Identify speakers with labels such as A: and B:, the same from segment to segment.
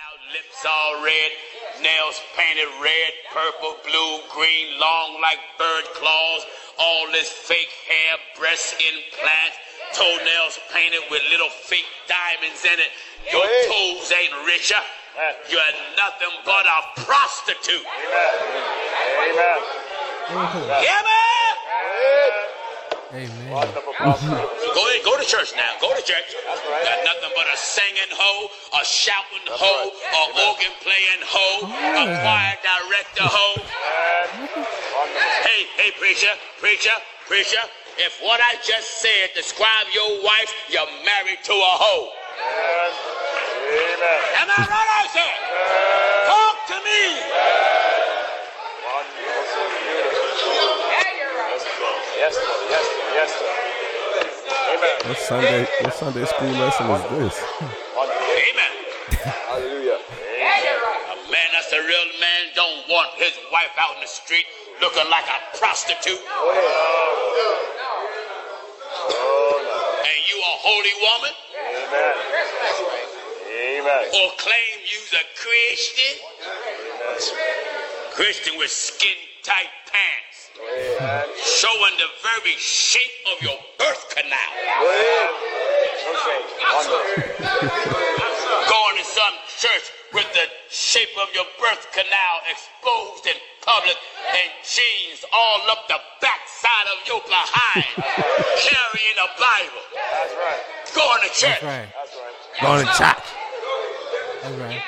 A: out, lips all red, nails painted red, purple, blue, green, long like bird claws. All this fake hair, breast implants, toenails painted with little fake diamonds in it. Your
B: Amen.
A: toes ain't richer. You're nothing but a prostitute.
B: Amen.
A: Yeah, man.
C: Amen.
A: Go ahead, go to church now. Go to church. Got nothing but a singing hoe, a shouting hoe, a organ playing hoe, a
C: Yeah.
A: choir director hoe. Hey, hey, preacher, preacher, preacher. If what I just said describe your wife, you're married to a hoe. Am I right out there? Talk to me.
B: Yes, sir. Yes, sir. Yes, sir. Amen.
D: What Sunday, what Sunday school lesson is this?
A: Amen.
B: Hallelujah.
A: A man that's a real man don't want his wife out in the street looking like a prostitute. And you a holy woman?
B: Amen. Amen.
A: or claim you's a Christian. Christian with skin tight pants, showing the very shape of your birth canal. Going to some church with the shape of your birth canal exposed in public and jeans all up the backside of your behind, carrying a Bible.
B: That's right.
A: Going to church.
C: That's
B: That's
C: right.
B: right.
D: Going to church.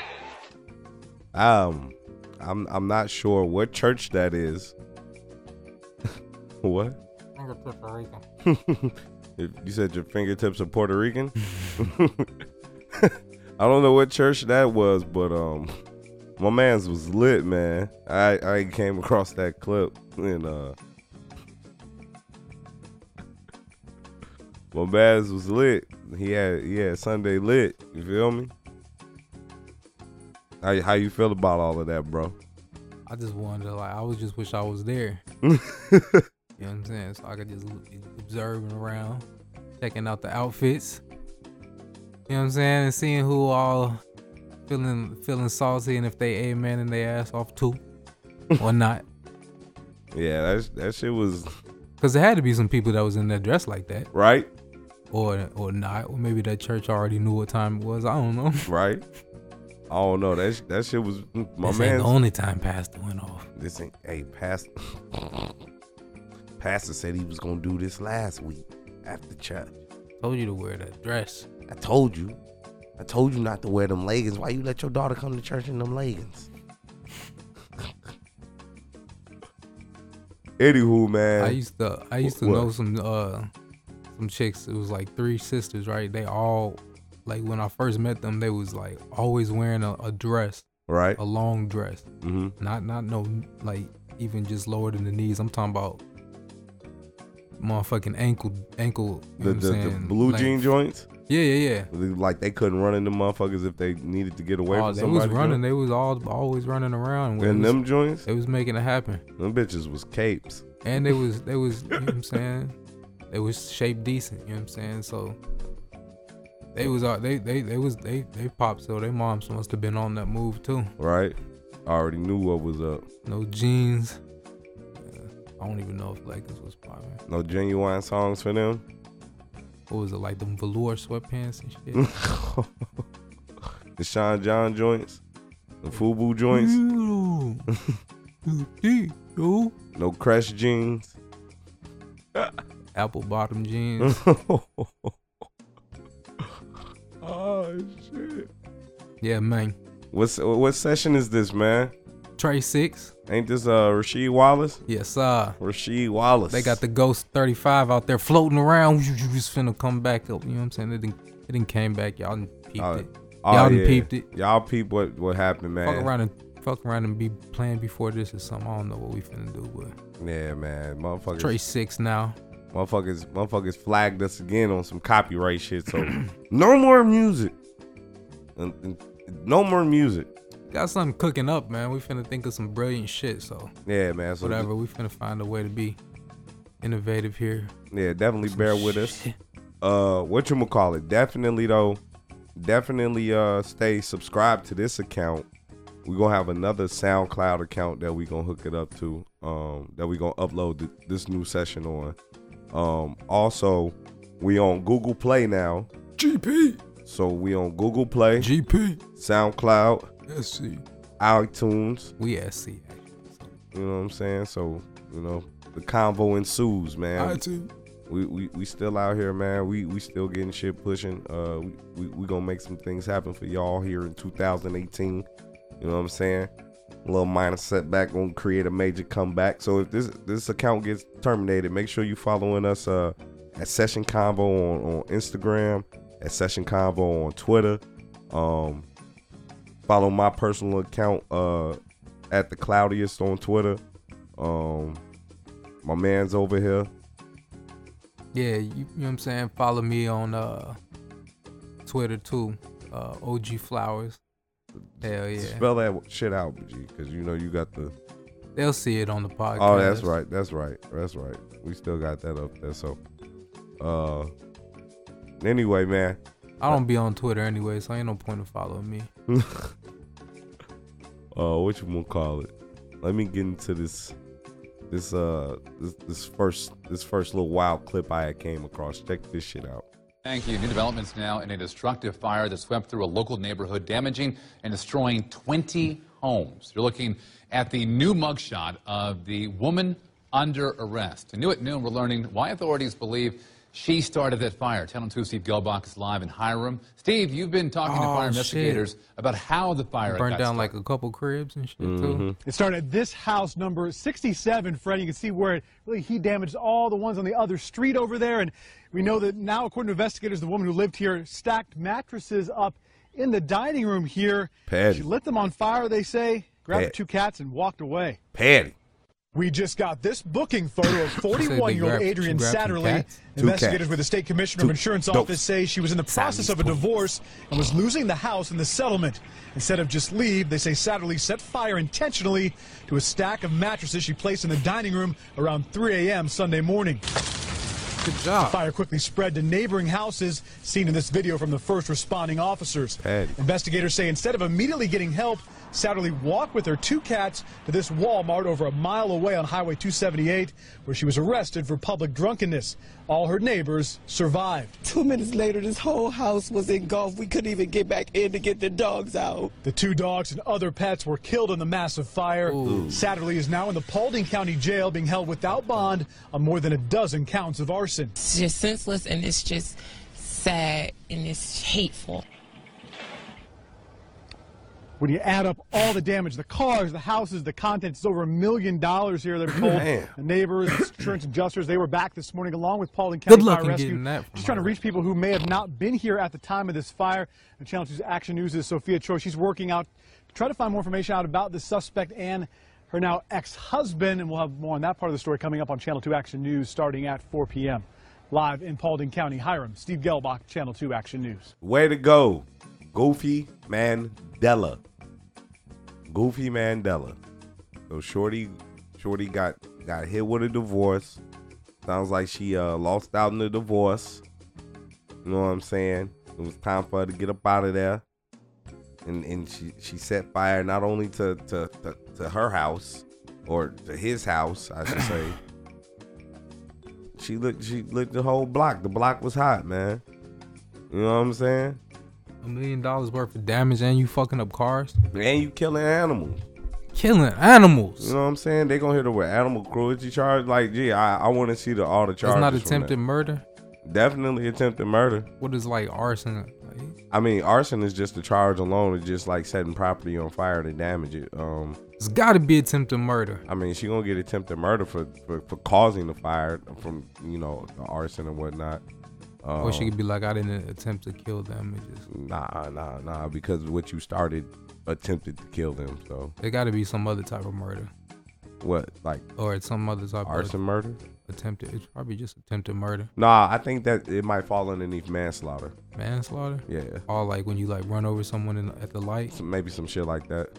C: That's right.
D: Um, I'm I'm not sure what church that is. what?
C: I think it's Puerto Rican.
D: If you said your fingertips are Puerto Rican. I don't know what church that was, but um, my man's was lit, man. I I came across that clip and uh, my man's was lit. He had he had Sunday lit. You feel me? How how you feel about all of that, bro?
C: I just wanted to like I was just wish I was there. You know what I'm saying? So I could just l- observing around, checking out the outfits. You know what I'm saying? And seeing who all feeling feeling saucy and if they amen and they ass off too or not.
D: yeah, that that shit was
C: Cause there had to be some people that was in that dress like that.
D: right,
C: Or or not. Or maybe that church already knew what time it was. I don't know.
D: right. I don't know. That sh- that shit was my
C: this ain't
D: man's
C: the only time Pastor went off.
D: This ain't hey pastor. pastor said he was gonna do this last week after church.
C: Told you to wear that dress.
D: I told you. I told you not to wear them leggings. Why you let your daughter come to church in them leggings? Anywho, man.
C: I used to I used to
D: What?
C: know some uh some chicks. It was like three sisters, right? They all like when I first met them, they was like always wearing a, a dress,
D: right.
C: a long dress.
D: Mm-hmm.
C: Not not no like even just lower than the knees. I'm talking about motherfucking ankle ankle.
D: The,
C: You know
D: the,
C: what I'm
D: the
C: saying?
D: blue
C: Like,
D: jean joints,
C: Yeah, yeah, yeah.
D: like they couldn't run into motherfuckers if they needed to get away
C: Oh,
D: from
C: they
D: somebody.
C: was running. They was all always running around. It
D: and
C: was-
D: them joints,
C: They was making it happen.
D: them bitches was capes.
C: and they was they was you know what I'm saying they was shaped decent you know what I'm saying so they was all they they they was they they popped so their moms must have been on that move too
D: Right. I already knew what was up.
C: no jeans Yeah, I don't even know if like this was popping
D: No genuine songs for them.
C: what was it like them velour sweatpants and shit
D: the Sean John joints, the Fubu joints,
C: Ew. You deep, yo.
D: no crash jeans.
C: apple bottom jeans
D: oh shit!
C: yeah man
D: What's what session is this, man?
C: Trey six
D: Ain't this uh Rasheed Wallace?
C: yes uh
D: Rasheed Wallace.
C: They got the Ghost 35 out there floating around. You just finna come back up. You know what I'm saying? It didn't, it didn't came back. Y'all done peeped
D: Oh,
C: it.
D: oh,
C: Y'all done
D: yeah.
C: peeped it.
D: Y'all peep what what happened, man?
C: Fuck around and fuck around and be playing before this or something. I don't know what we finna do, but
D: Yeah, man. Motherfuckers,
C: Trey six now.
D: motherfuckers, motherfuckers flagged us again on some copyright shit. So no more music. Un- un- no more music.
C: Got something cooking up, man. We finna think of some brilliant shit. So
D: Yeah, man. So
C: whatever, we finna find a way to be innovative here.
D: Yeah, definitely bear with us. Uh, what you call it? Definitely though, definitely uh stay subscribed to this account. We're gonna have another SoundCloud account that we gonna hook it up to. Um, that we gonna upload th- this new session on. Um, also, we on Google Play now.
C: GP,
D: So we on Google Play,
C: GP,
D: SoundCloud,
C: SC.
D: iTunes.
C: We SC.
D: You know what I'm saying? So you know the convo ensues, man.
C: iTunes.
D: we, we we still out here, man. We we still getting shit pushing. Uh, we we, we gonna make some things happen for y'all here in 2018. You know what I'm saying? A little minor setback gonna create a major comeback. So if this this account gets terminated, make sure you following us uh at Session Convo on on Instagram, at Session Convo on Twitter. Um, follow my personal account uh at the Cloudiest on Twitter. Um, my man's over here.
C: Yeah, you, you know what I'm saying? Follow me on uh Twitter too. Uh OG Flowers. Hell yeah.
D: Spell that shit out, G, because you know you got the.
C: They'll see it on the podcast.
D: Oh, that's right. That's right. That's right. We still got that up there. So, uh, anyway, man,
C: I don't be on Twitter anyway, so ain't no point in following me.
D: uh, what you gonna call it? Let me get into this, this uh, this, this first this first little wild clip I had came across. Check this shit out.
E: Thank you. New developments now in a destructive fire that swept through a local neighborhood, damaging and destroying 20 homes. You're looking at the new mugshot of the woman under arrest. And new at noon, we're learning why authorities believe she started that fire. Tell 'em two, Steve Gelbach is live in Hiram. Steve, you've been talking to
C: Oh,
E: fire
C: shit.
E: investigators about how the fire
C: Burned
E: got
C: down
E: started.
C: like a couple cribs and shit too.
F: It started at this house number 67, Fred. You can see where it really he damaged all the ones on the other street over there. And we know that now, according to investigators, the woman who lived here stacked mattresses up in the dining room here.
D: Patty.
F: She lit them on fire, they say, grabbed her
D: Patty.
F: two cats, and walked away.
D: Patty,
F: We just got this booking photo of
C: they
F: 41 year
C: grabbed-
F: old
C: she
F: Adrian
C: grabbed some
F: Satterley.
C: cats?
D: Two cats.
F: Investigators with the state commissioner
D: Two
F: of insurance
D: dogs.
F: office say she was in the process of a divorce and was losing the house in the settlement. Instead of just leave, they say Satterley set fire intentionally to a stack of mattresses she placed in the dining room around 3 a.m. Sunday morning.
C: Good job.
F: Fire quickly spread to neighboring houses, seen in this video from the first responding officers.
D: Patty.
F: Investigators say instead of immediately getting help, Satterley walked with her two cats to this Walmart over a mile away on Highway 278, where she was arrested for public drunkenness. All her neighbors survived.
G: Two minutes later, this whole house was engulfed. We couldn't even get back in to get the dogs out.
F: The two dogs and other pets were killed in the massive fire. Satterley is now in the Paulding County Jail, being held without bond on more than a dozen counts of arson.
H: it's just senseless and it's just sad and it's hateful.
F: when you add up all the damage the cars the houses the contents it's over a million dollars here they're told
D: Man.
F: the neighbors insurance adjusters they were back this morning along with paul and
C: Good
F: county
C: luck
F: fire
C: in
F: rescue
C: getting that from
F: just trying to
C: her.
F: reach people who may have not been here at the time of this fire and channel 2's action news is sophia choi she's working out to try to find more information out about the suspect and her now ex-husband and we'll have more on that part of the story coming up on channel 2 action news starting at 4 p.m live in paulding county hiram steve gelbach channel 2 action news
D: way to go, Goofy Mandela. Goofy Mandela. So Shorty, Shorty got got hit with a divorce. Sounds like she uh, lost out in the divorce. You know what I'm saying? It was time for her to get up out of there, and and she she set fire not only to to to, to her house or to his house, I should say. She lit she lit the whole block. The block was hot, man. You know what I'm saying? Mm-hmm.
C: A million dollars worth of damage and you fucking up cars.
D: And you killing animals.
C: Killing animals.
D: You know what I'm saying? They gonna hit her with animal cruelty charge. Like, gee, I, I want to see the all the
C: That's
D: charges.
C: not
D: from that.
C: attempted murder.
D: Definitely attempted murder.
C: What is like arson? Like,
D: I mean, arson is just the charge alone. It's just like setting property on fire to damage it. Um,
C: It's gotta be attempted murder.
D: I mean, she gonna get attempted murder for, for, for causing the fire from you know the arson and whatnot. Um,
C: Or she could be like, I didn't attempt to kill them. It just
D: Oh. Nah, nah, nah. Because what you started attempted to kill them. So
C: there gotta be some other type of murder.
D: what? Like
C: Or it's some other type
D: arson murder?
C: of attempted it's probably just attempted murder.
D: Nah, I think that it might fall underneath manslaughter.
C: Manslaughter?
D: Yeah.
C: Or like when you like run over someone in, at the light.
D: some- maybe some shit like that.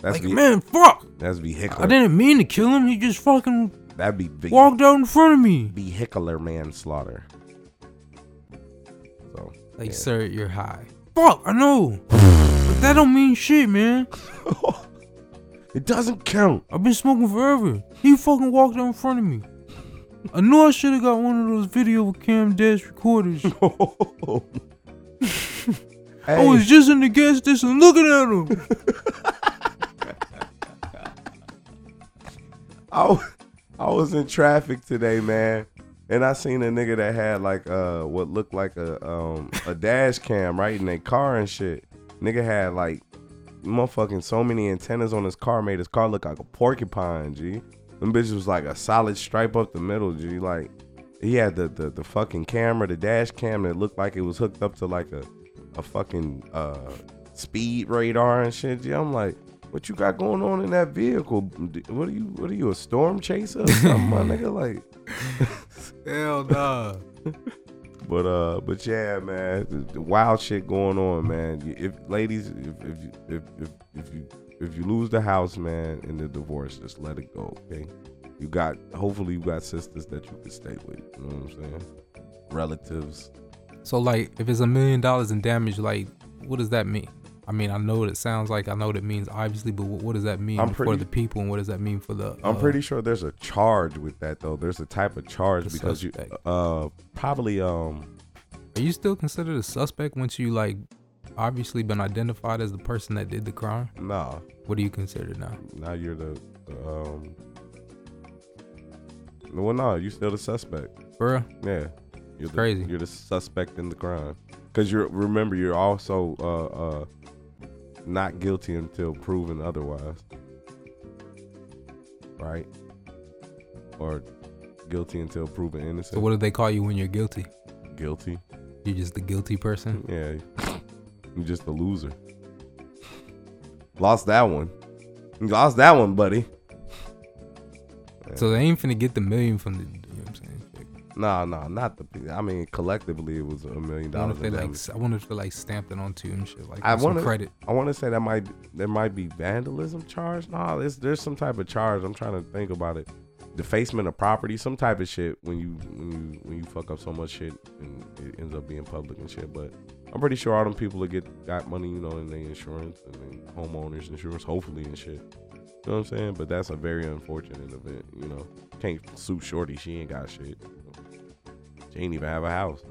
D: That's
C: Like
D: ve-
C: man, fuck!
D: that's
C: I
D: vehicular.
C: didn't mean to kill him. He just fucking
D: That'd be ve-
C: walked out in front of me.
D: vehicular manslaughter. So
C: Like,
D: yeah.
C: sir, you're high. fuck. I know. but that don't mean shit, man.
D: It doesn't count.
C: I've been smoking forever. He fucking walked out in front of me. I knew I should have got one of those video with Cam Dash recorders. I
D: Hey,
C: was just in the gas station looking at him.
D: I, w- I was in traffic today, man, and I seen a nigga that had like uh what looked like a um a dash cam right in their car and shit. Nigga had like motherfucking so many antennas on his car made his car look like a porcupine, G. Them bitches was like a solid stripe up the middle, G. Like he had the the, the fucking camera, the dash cam that looked like it was hooked up to like a a fucking uh speed radar and shit. G. I'm like, what you got going on in that vehicle? D- What are you what are you a storm chaser or something, my nigga? Like
C: Hell nah.
D: but uh, but yeah, man, the- the wild shit going on, man. If ladies, if if you- if if, if you if you lose the house, man, in the divorce, just let it go, okay? You got hopefully you got sisters that you can stay with. You know what I'm saying? Relatives.
C: So like, if it's a million dollars in damage, like, what does that mean? I mean, I know what it sounds like. I know what it means, obviously, but what, what does that mean
D: I'm
C: for
D: pretty-
C: the people, and what does that mean for the?
D: I'm
C: uh,
D: pretty sure there's a charge with that though. There's a type of charge
C: The
D: because
C: suspect.
D: you uh probably um
C: Are you still considered a suspect once you like, obviously, been identified as the person that did the crime?
D: nah
C: What do you consider now?
D: now you're the um well no you still the suspect.
C: For real?
D: Yeah, you're the,
C: crazy.
D: You're the suspect in the crime because you're remember you're also uh, uh, not guilty until proven otherwise, right? Or guilty until proven innocent.
C: So what do they call you when you're guilty?
D: guilty?
C: You're just the guilty person.
D: Yeah, you're just a loser. Lost that one. You lost that one, buddy.
C: So they ain't finna get the million from the. You know what I'm saying?
D: Nah, nah, not the. I mean, collectively it was a million
C: I wonder
D: dollars. in
C: if they like.
D: damage.
C: s- I wonder if they like stamped it onto you and shit like.
D: I
C: with some
D: want to
C: credit.
D: I want to say that might there might be vandalism charge. No, there's there's some type of charge. I'm trying to think about it. Defacement of property, some type of shit. When you when you when you fuck up so much shit and it ends up being public and shit. But I'm pretty sure all them people that get got money, you know, in their insurance and then homeowners insurance, hopefully and shit. You know what I'm saying? But that's a very unfortunate event. You know, can't sue Shorty. She ain't got shit. She ain't even have a house.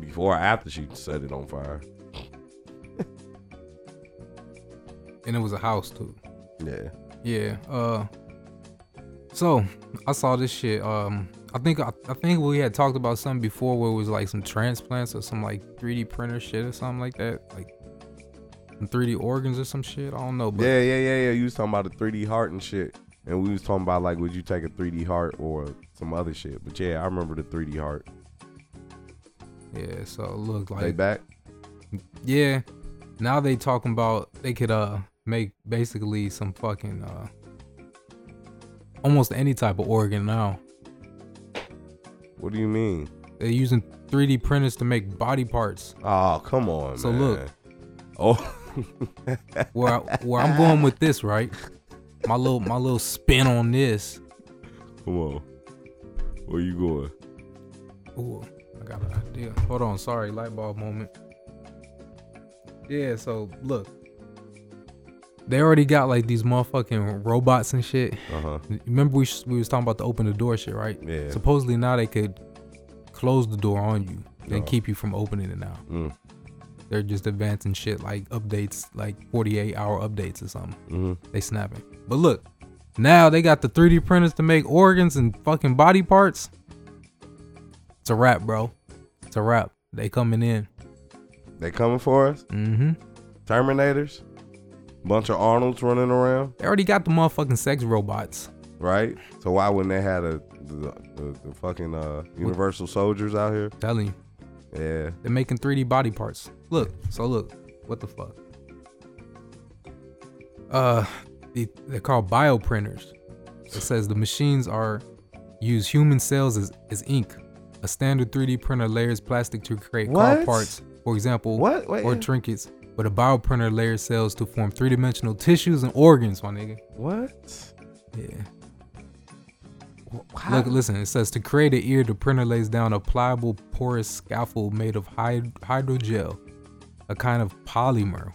D: Before or after she set it on fire.
C: And it was a house too.
D: Yeah.
C: Yeah. Uh. So I saw this shit. Um. I think I, I think we had talked about something before where it was like some transplants or some like 3D printer shit or something like that. Like. some 3D organs or some shit. I don't know. But
D: yeah, yeah, yeah, yeah. You was talking about the 3D heart and shit, and we was talking about like, would you take a 3D heart or some other shit? But yeah, I remember the 3D heart.
C: yeah. So look like
D: They back.
C: Yeah. Now they talking about they could uh make basically some fucking uh almost any type of organ now.
D: What do you mean?
C: They're using 3D printers to make body parts.
D: Oh, come on,
C: So
D: man.
C: look.
D: Oh,
C: Where I, where I'm going with this, right? My little my little spin on this.
D: come on. Where you going?
C: Ooh, I got an idea. Hold on, sorry, light bulb moment. Yeah, so look. They already got like these motherfucking robots and shit.
D: Uh huh.
C: Remember we s- we was talking about the open the door shit, right?
D: Yeah.
C: Supposedly now they could close the door on you and
D: Oh.
C: keep you from opening it now.
D: Mm.
C: They're just advancing shit like updates, like 48 hour updates or something.
D: Mhm.
C: They snapping. But look, now they got the 3D printers to make organs and fucking body parts. It's a wrap, bro. It's a wrap. They coming in.
D: They coming for us?
C: Mm-hmm.
D: Terminators. Bunch of Arnold's running around,
C: They already got the motherfucking sex robots.
D: right? So why wouldn't they have a, the, the, the fucking uh, Universal Soldiers out here?
C: telling you.
D: Yeah.
C: They're making 3D body parts. Look, so look, what the fuck? Uh, the, they're called bioprinters. It says the machines are use human cells as, as ink. A standard 3D printer layers plastic to create car
D: What?
C: parts, for example,
D: What? Wait.
C: or trinkets. But a bioprinter layers cells to form three-dimensional tissues and organs, my nigga.
D: What?
C: Yeah.
D: How?
C: Look, listen. It says to create an ear, the printer lays down a pliable, porous scaffold made of hyd- hydrogel, a kind of polymer.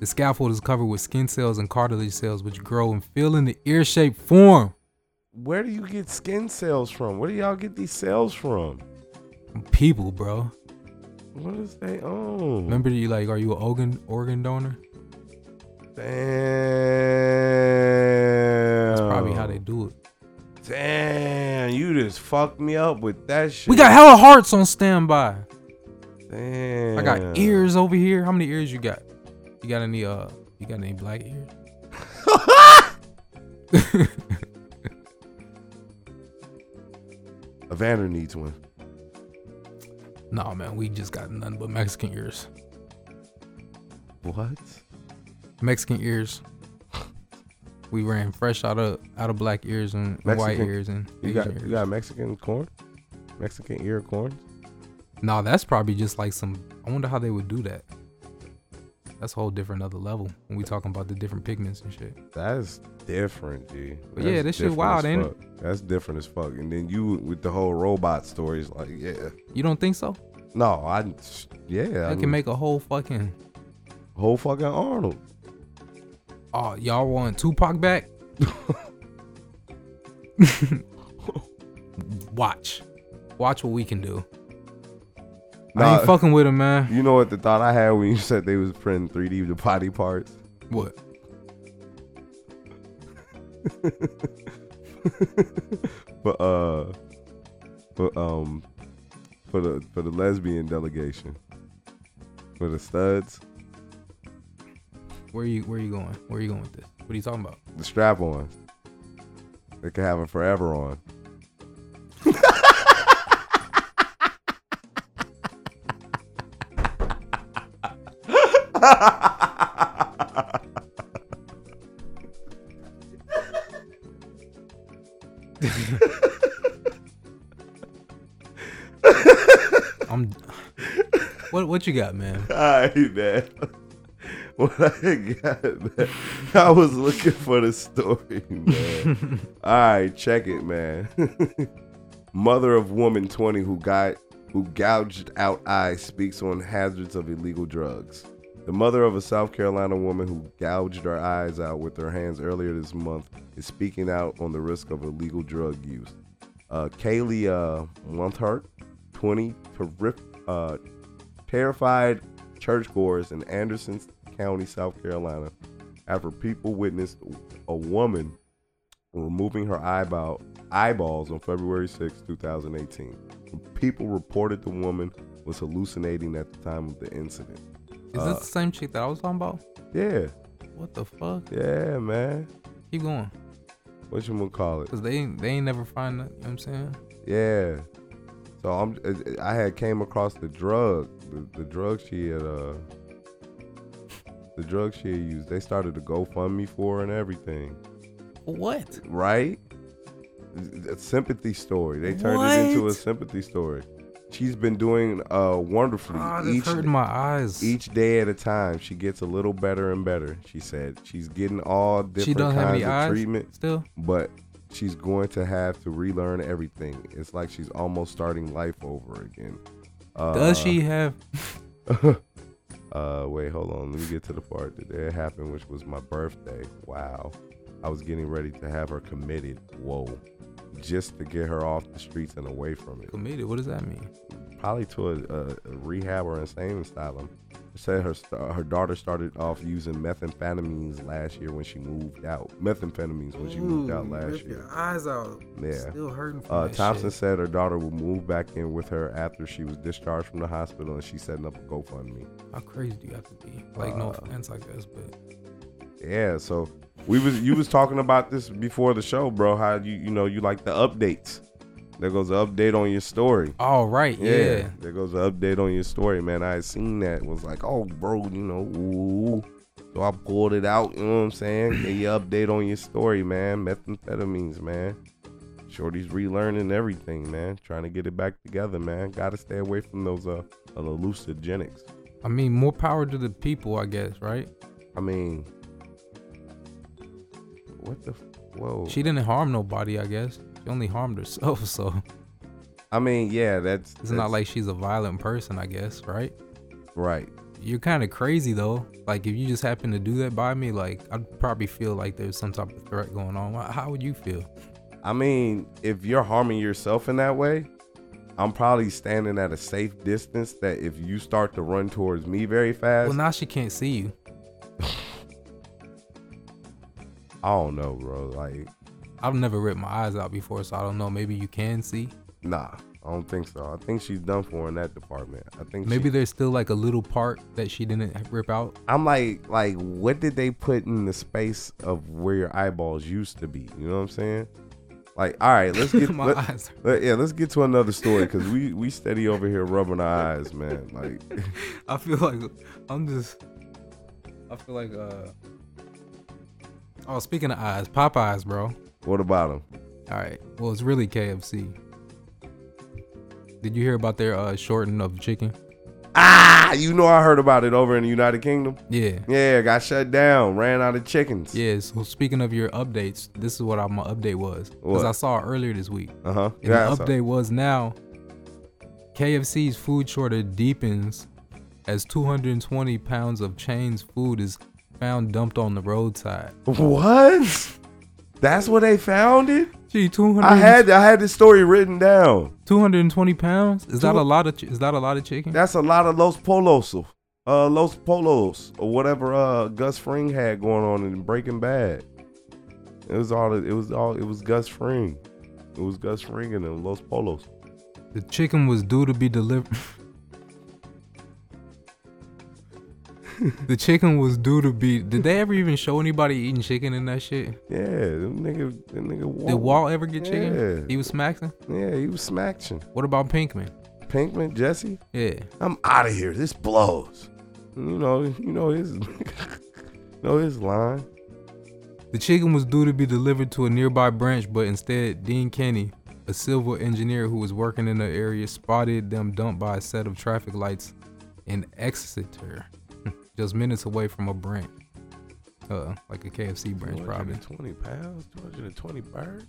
C: The scaffold is covered with skin cells and cartilage cells, which grow and fill in the ear shaped form.
D: Where do you get skin cells from? Where do y'all get these cells from?
C: People, bro.
D: What is they own?
C: Remember, you like, are you an organ organ donor?
D: Damn.
C: That's probably how they do it.
D: Damn, you just fucked me up with that shit.
C: We got hella hearts on standby.
D: Damn.
C: I got ears over here. How many ears you got? You got any uh? You got any black ears?
D: Evander needs one.
C: nah, man, we just got nothing but Mexican ears.
D: What?
C: Mexican ears. We ran fresh out of out of black ears and
D: Mexican-
C: white ears and
D: You
C: Asian
D: got
C: ears.
D: you got Mexican corn? Mexican ear corn?
C: Nah, that's probably just like some. I wonder how they would do that. That's a whole different other level when we talking about the different pigments and shit.
D: That's different, G.
C: But yeah,
D: That's
C: this shit
D: different
C: wild,
D: as
C: ain't it?
D: fuck. That's different as fuck. And then you with the whole robot stories, like, yeah.
C: You don't think so?
D: No, I, yeah. I
C: I can make a whole fucking.
D: whole fucking Arnold.
C: Oh, y'all want Tupac back? Watch, watch what we can do. I
D: Nah.
C: ain't fucking with him, man.
D: You know what the thought I had when you said they was printing 3D the body parts?
C: What?
D: But uh for um for the for the lesbian delegation. For the studs,
C: Where you Where you going? Where you going with this? What are you talking about?
D: the strap ons. They could have them forever on.
C: I'm. what What you got, man?
D: Alright, man. What I got, man. I was looking for the story, man. Alright, check it, man. Mother of woman 20 who got who gouged out eyes speaks on hazards of illegal drugs. The mother of a South Carolina woman who gouged her eyes out with her hands earlier this month is speaking out on the risk of illegal drug use. Uh, Kaylee uh, Monthart, 20, terrific, uh, terrified churchgoers in Anderson County, South Carolina, after people witnessed a woman removing her eyeball eyeballs on February 6, 2018. People reported the woman was hallucinating at the time of the incident.
C: Is
D: Uh,
C: this the same chick that I was talking about?
D: Yeah,
C: What the fuck?
D: yeah, man.
C: Keep going,
D: What you gonna call it?
C: cause they ain't- they ain't never find. Nothing, you know what I'm saying?
D: Yeah. So I'm. I had came across the drug, the, the drug she had, uh, the drug she had used. They started to GoFundMe for her and everything.
C: For What?
D: right? A sympathy story. They turned it into a
C: What?
D: sympathy story. She's been doing uh wonderfully
C: Ah, this
D: each
C: hurt my eyes.
D: each day at a time. She gets a little better and better. She said she's getting all different
C: she doesn't
D: kinds
C: have any
D: of
C: eyes
D: treatment,
C: still.
D: but she's going to have to relearn everything. It's like she's almost starting life over again. Uh,
C: Does she have?
D: Uh, wait, hold on. Let me get to the part that it happened, which was my birthday. Wow. I was getting ready to have her committed. Whoa. Just to get her off the streets and away from it.
C: Committed. What does that mean?
D: Probably to a, a, a rehab or insane asylum. It said her st- her daughter started off using methamphetamines last year when she moved out. Methamphetamines when she moved out last year.
C: eyes out.
D: Yeah.
C: Still hurting.
D: Uh, Thompson said her daughter would move back in with her after she was discharged from the hospital and she's setting up a GoFundMe.
C: How crazy do you have to be? Like no offense, I guess, but
D: Yeah, so we was you was talking about this before the show, bro. How you you know you like the updates. There goes an update on your story.
C: all Oh, right,
D: Yeah.
C: yeah.
D: There goes an update on your story, man. I had seen that was like, oh bro, you know, ooh. So I pulled it out, you know what I'm saying? Get your update on your story, man. Methamphetamines, man. Shorty's relearning everything, man. Trying to get it back together, man. Gotta stay away from those uh hallucinogenics.
C: I mean, more power to the people, I guess, right?
D: I mean what the f- whoa.
C: She didn't harm nobody, I guess. She only harmed herself, so
D: I mean, yeah, that's
C: it's not
D: that's
C: like she's a violent person, I guess, right?
D: right.
C: you're kind of crazy though. Like if you just happen to do that by me, like I'd probably feel like there's some type of threat going on. Wh- How would you feel?
D: I mean, if you're harming yourself in that way, I'm probably standing at a safe distance that if you start to run towards me very fast,
C: Well, now she can't see you.
D: I don't know, bro. Like,
C: I've never ripped my eyes out before, so I don't know. Maybe you can see.
D: nah, I don't think so. I think she's done for in that department. I think
C: Maybe
D: she-
C: there's still like a little part that she didn't rip out.
D: I'm like, like, what did they put in the space of where your eyeballs used to be? You know what I'm saying? Like, all right, let's get
C: My
D: let-
C: eyes
D: let- yeah, let's get to another story because we we steady over here rubbing our eyes, man. Like,
C: I feel like I'm just. I feel like uh. Oh, speaking of eyes, Popeyes, bro.
D: what about him?
C: All right. Well, it's really KFC. Did you hear about their uh shortening of chicken?
D: Ah, you know I heard about it over in the United Kingdom.
C: Yeah.
D: Yeah, got shut down, ran out of chickens.
C: Yeah. So speaking of your updates, this is what I, my update was because
D: What?
C: I saw it earlier this week.
D: Uh huh.
C: And
D: Yeah, I
C: the
D: saw-
C: update was now KFC's food shortage deepens as 220 pounds of chain's food is found dumped on the roadside.
D: What? That's what they found it.
C: Gee, 200,
D: I had I had this story written down.
C: 220 pounds. Is that a lot of? Ch- is that a lot of chicken?
D: That's a lot of Los Polos, uh, Los Polos, or whatever uh, Gus Fring had going on in Breaking Bad. It was all it was all it was Gus Fring. It was Gus Fring and them Los Polos.
C: the chicken was due to be delivered. the chicken was due to be. Did they ever even show anybody eating chicken in that shit?
D: Yeah, them nigga, that nigga. Walt,
C: Did Walt ever get chicken?
D: Yeah.
C: He was smacking.
D: Yeah, he was smacking.
C: What about Pinkman?
D: Pinkman, Jesse,
C: Yeah. Mm.
D: I'm out of here. This blows. You know, you know his, you know his line.
C: The chicken was due to be delivered to a nearby branch, but instead, Dean Kenny, a civil engineer who was working in the area, spotted them dumped by a set of traffic lights in Exeter, just minutes away from a branch. Uh, like a KFC branch, probably.
D: 220 pounds, 220 birds.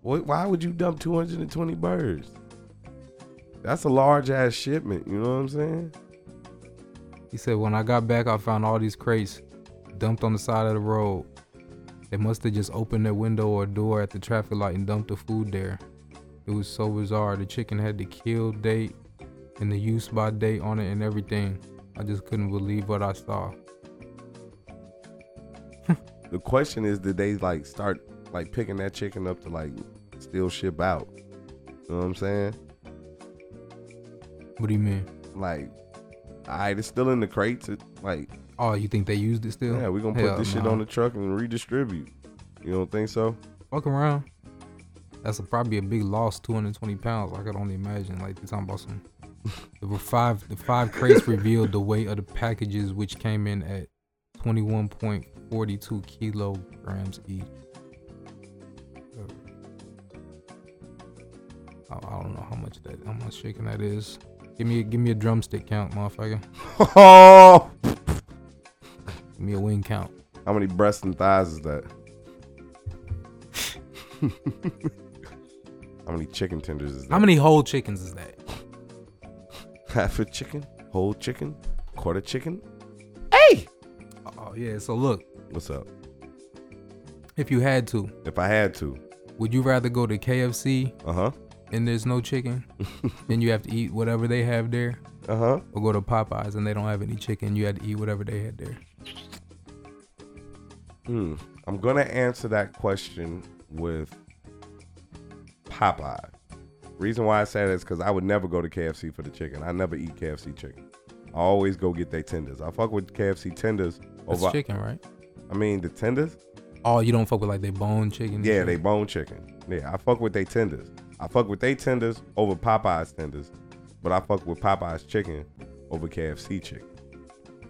D: What? Why would you dump 220 birds? That's a large ass shipment. You know what I'm saying?
C: He said, When I got back, I found all these crates dumped on the side of the road. They must have just opened their window or door at the traffic light and dumped the food there. It was so bizarre. The chicken had the kill date and the use by date on it and everything. I just couldn't believe what I saw.
D: The question is, did they like start like picking that chicken up to like still ship out? You know what I'm saying?
C: What do you mean?
D: Like, all right, it's still in the crates. It, like,
C: Oh, you think they used it still?
D: yeah, we gonna put
C: Hell
D: this shit
C: nah.
D: on the truck and redistribute. You don't think so?
C: Fuck around. That's a, probably a big loss, 220 pounds. I could only imagine. Like, you're talking about some. There were five. The five crates revealed the weight of the packages, which came in at 21.42 kilograms each. I, I don't know how much that, how much chicken that is. Give me, a, give me a drumstick count, motherfucker.
D: Oh,
C: Give me a wing count.
D: how many breasts and thighs is that? how many chicken tenders is that?
C: How many whole chickens is that?
D: half a chicken, whole chicken, quarter chicken?
C: Oh yeah. So look,
D: What's up?
C: if you had to,
D: If I had to,
C: would you rather go to KFC
D: uh huh,
C: and there's no chicken, then you have to eat whatever they have there,
D: uh huh.
C: or go to Popeyes and they don't have any chicken, you had to eat whatever they had there.
D: Hmm. I'm gonna answer that question with Popeye. Reason why I say that is because I would never go to KFC for the chicken. I never eat KFC chicken. I always go get they tenders. I fuck with KFC tenders
C: That's
D: over.
C: chicken, right?
D: I mean the tenders.
C: Oh, you don't fuck with like they bone chicken. and
D: Yeah,
C: shit?
D: they bone chicken. Yeah, I fuck with they tenders. I fuck with they tenders over Popeye's tenders, but I fuck with Popeye's chicken over KFC chicken.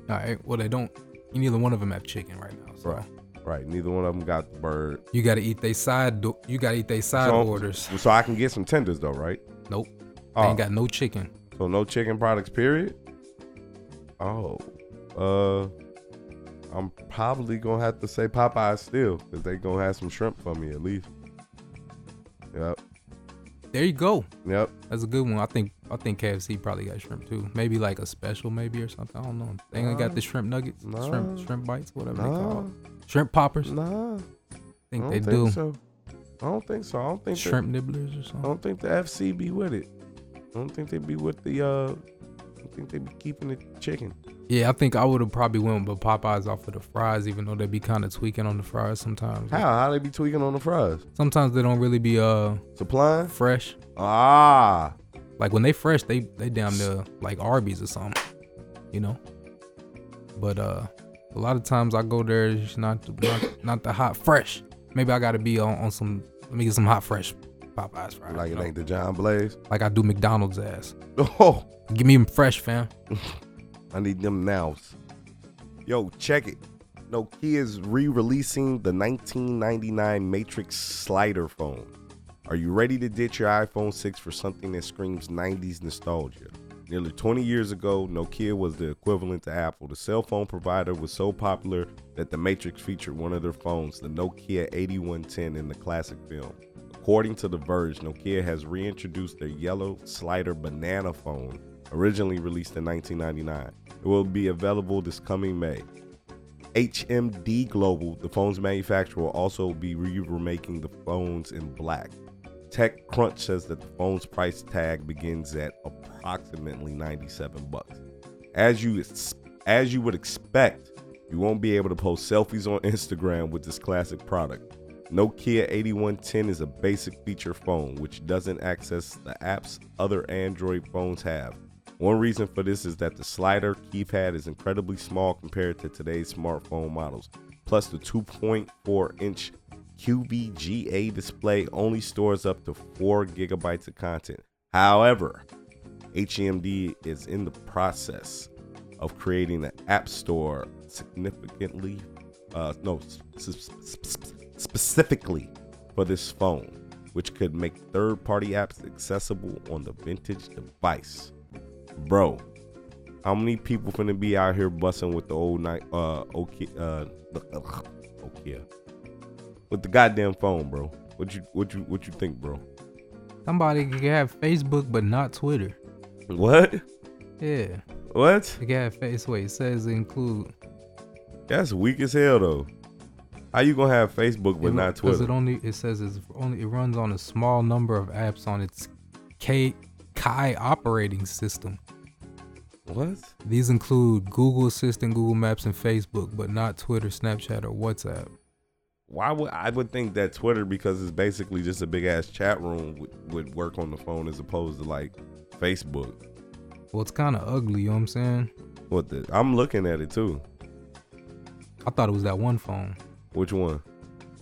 C: All right. Well, they don't. You neither one of them have chicken right now. So
D: Right. Right. Neither one of them got the bird.
C: you gotta eat they side. Do- you gotta eat they side
D: so,
C: orders.
D: So I can get some tenders though, right?
C: Nope. They
D: Oh,
C: ain't got no chicken.
D: so no chicken products, period. Oh, uh, I'm probably gonna have to say Popeye still, cause they gonna have some shrimp for me at least. Yep.
C: There you go.
D: Yep.
C: That's a good one. I think I think KFC probably got shrimp too. Maybe like a special, maybe or something. I don't know. They ain't got the shrimp nuggets, shrimp shrimp bites, whatever they call it. Shrimp poppers.
D: Nah, I
C: I think
D: don't
C: they
D: think
C: do.
D: so. I don't think so. I don't think that-
C: Shrimp nibblers or
D: I
C: something.
D: don't think the FC be with it. I don't think they be with the. uh I don't think they be keeping the chicken.
C: Yeah, I think I would have probably went with Popeyes off of the fries, even though they be kind of tweaking on the fries sometimes.
D: How how they be tweaking on the fries?
C: Sometimes they don't really be uh
D: Supplying?
C: fresh.
D: Ah,
C: Like when they fresh, they they damn near like Arby's or something, you know. But uh, a lot of times I go there, it's not the, not, not the hot fresh. Maybe I gotta be on, on some. Let me get some hot fresh Popeyes fries.
D: like
C: you know?
D: like the John Blaze.
C: like I do McDonald's ass.
D: Oh,
C: Give me them fresh, fam.
D: I need them now. Yo, check it. Nokia is re-releasing the 1999 Matrix slider phone. Are you ready to ditch your iPhone 6 for something that screams 90s nostalgia? Nearly 20 years ago, Nokia was the equivalent to Apple. The cell phone provider was so popular that the Matrix featured one of their phones, the Nokia 8110, in the classic film. According to The Verge, Nokia has reintroduced their yellow slider banana phone, originally released in 1999. It will be available this coming May. HMD Global, the phone's manufacturer, will also be remaking the phones in black. TechCrunch says that the phone's price tag begins at approximately 97 bucks. As you ex- as you would expect, you won't be able to post selfies on Instagram with this classic product. Nokia 8110 is a basic feature phone which doesn't access the apps other Android phones have. One reason for this is that the slider keypad is incredibly small compared to today's smartphone models. Plus, the 2.4 inch QVGA display only stores up to 4 gigabytes of content. However, HEMD E is in the process of creating an app store significantly, uh, no, s- s- s- specifically for this phone, which could make third party apps accessible on the vintage device. Bro, how many people finna be out here bussing with the old night, uh, okay, uh, the, uh, okay, with the goddamn phone, bro? What you, what you, what you think, bro?
C: Somebody could have Facebook but not Twitter.
D: What?
C: Yeah,
D: What?
C: they could have face. Wait, it says include.
D: That's weak as hell though. How you gonna have Facebook but
C: It-
D: not
C: 'cause
D: Twitter?
C: It only it says it's only it runs on a small number of apps on its K Kai operating system.
D: what?
C: These include Google Assistant, Google Maps, and Facebook, but not Twitter, Snapchat, or WhatsApp.
D: Why would I would think that Twitter because it's basically just a big ass chat room would, would work on the phone as opposed to like Facebook.
C: Well, it's kind of ugly. You know what I'm saying?
D: What the? I'm looking at it too.
C: I thought it was that one phone,
D: Which one?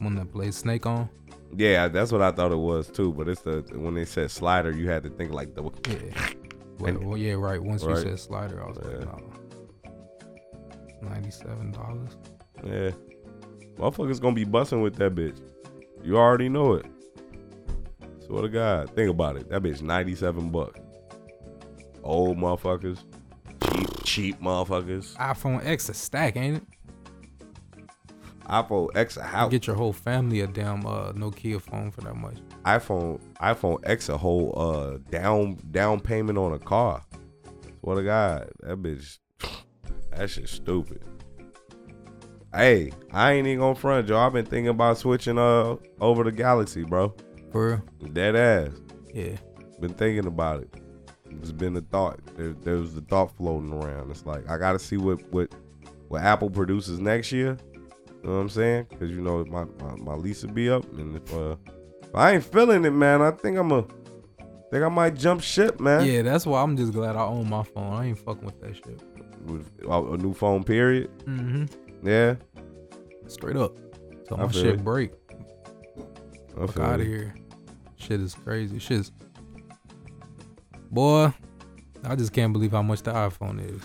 C: one that played Snake on.
D: Yeah, that's what I thought it was too. But it's the when they said slider, you had to think like the.
C: Yeah. Well, well, yeah, right. Once you
D: Right.
C: said slider, I was
D: Yeah.
C: like, no. Ninety-seven dollars.
D: Yeah, motherfuckers gonna be busting with that bitch. You already know it. Swear to God, think about it. That bitch ninety-seven bucks. Old motherfuckers, cheap, cheap motherfuckers.
C: iPhone X a stack, ain't it?
D: iPhone X a
C: You
D: house.
C: get your whole family a damn uh, Nokia phone for that much.
D: iPhone iPhone X a whole uh down down payment on a car. Swear to God, that bitch, that shit stupid. Hey, I ain't even gonna front y'all. I've been thinking about switching uh over to Galaxy, bro.
C: For real?
D: Dead ass.
C: Yeah.
D: been thinking about it. It's been a thought. There, there was the thought floating around. It's like I gotta see what what what Apple produces next year. You know what I'm saying? Because you know my, my my lease will be up, and if, uh, if I ain't feeling it, man, I think I'm a think I might jump ship, man.
C: Yeah, that's why I'm just glad I own my phone. I ain't fucking with that shit.
D: With a, a new phone, period.
C: Mm-hmm.
D: Yeah,
C: Straight up. So
D: I
C: my
D: feel
C: shit
D: you.
C: break.
D: I
C: Fuck
D: feel
C: out of
D: you.
C: here. Shit is crazy. Shit's boy. I just can't believe how much the iPhone is.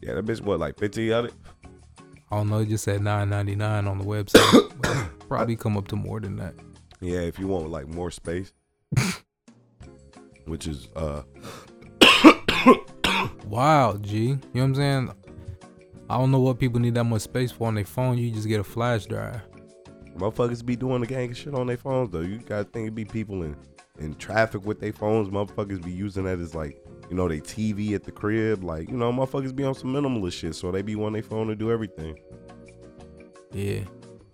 D: Yeah, that bitch what like 1500.
C: I don't know. It just said 9.99 on the website. But it's probably come up to more than that.
D: Yeah, if you want like more space, which is uh
C: Wow, G. You know what I'm saying? I don't know what people need that much space for on their phone. You just get a flash drive.
D: Motherfuckers be doing the gang shit on their phones though. You gotta think it be people in in traffic with their phones. Motherfuckers be using that as like, you know, they TV at the crib. Like, you know, motherfuckers be on some minimalist shit. So they be on their phone to do everything.
C: Yeah.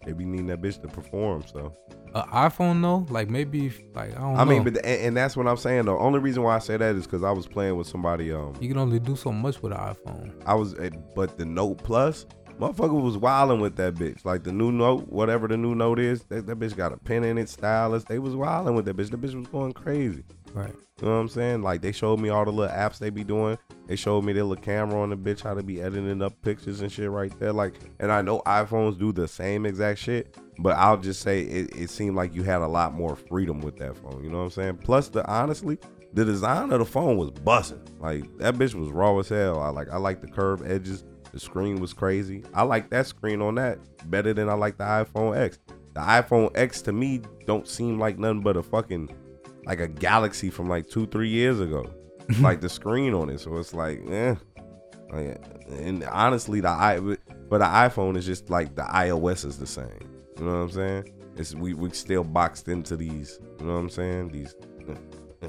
D: They be needing that bitch to perform. So
C: An iPhone though, like maybe if- like I don't
D: I
C: know.
D: mean, but and, and that's what I'm saying. The only reason why I say that is because I was playing with somebody. Um,
C: you can only do so much with an iPhone.
D: I was, eh, but the Note Plus, motherfucker was wilding with that bitch. Like the new Note, whatever the new Note is, that, that bitch got a pen in it, stylus. They was wilding with that bitch. The bitch was going crazy.
C: Right.
D: You know what I'm saying? Like they showed me all the little apps they be doing. They showed me their little camera on the bitch, how to be editing up pictures and shit right there. Like, and I know iPhones do the same exact shit, but I'll just say it, it seemed like you had a lot more freedom with that phone. You know what I'm saying? Plus, the honestly, the design of the phone was busting. Like that bitch was raw as hell. I like I like the curved edges. The screen was crazy. I like that screen on that better than I like the iPhone X. The iPhone X to me don't seem like nothing but a fucking like a galaxy from like two, three years ago. like the screen on it, so it's like, eh. Like, and honestly, the i but the iPhone is just like the iOS is the same. You know what I'm saying? It's we we still boxed into these. You know what I'm saying? These. eh,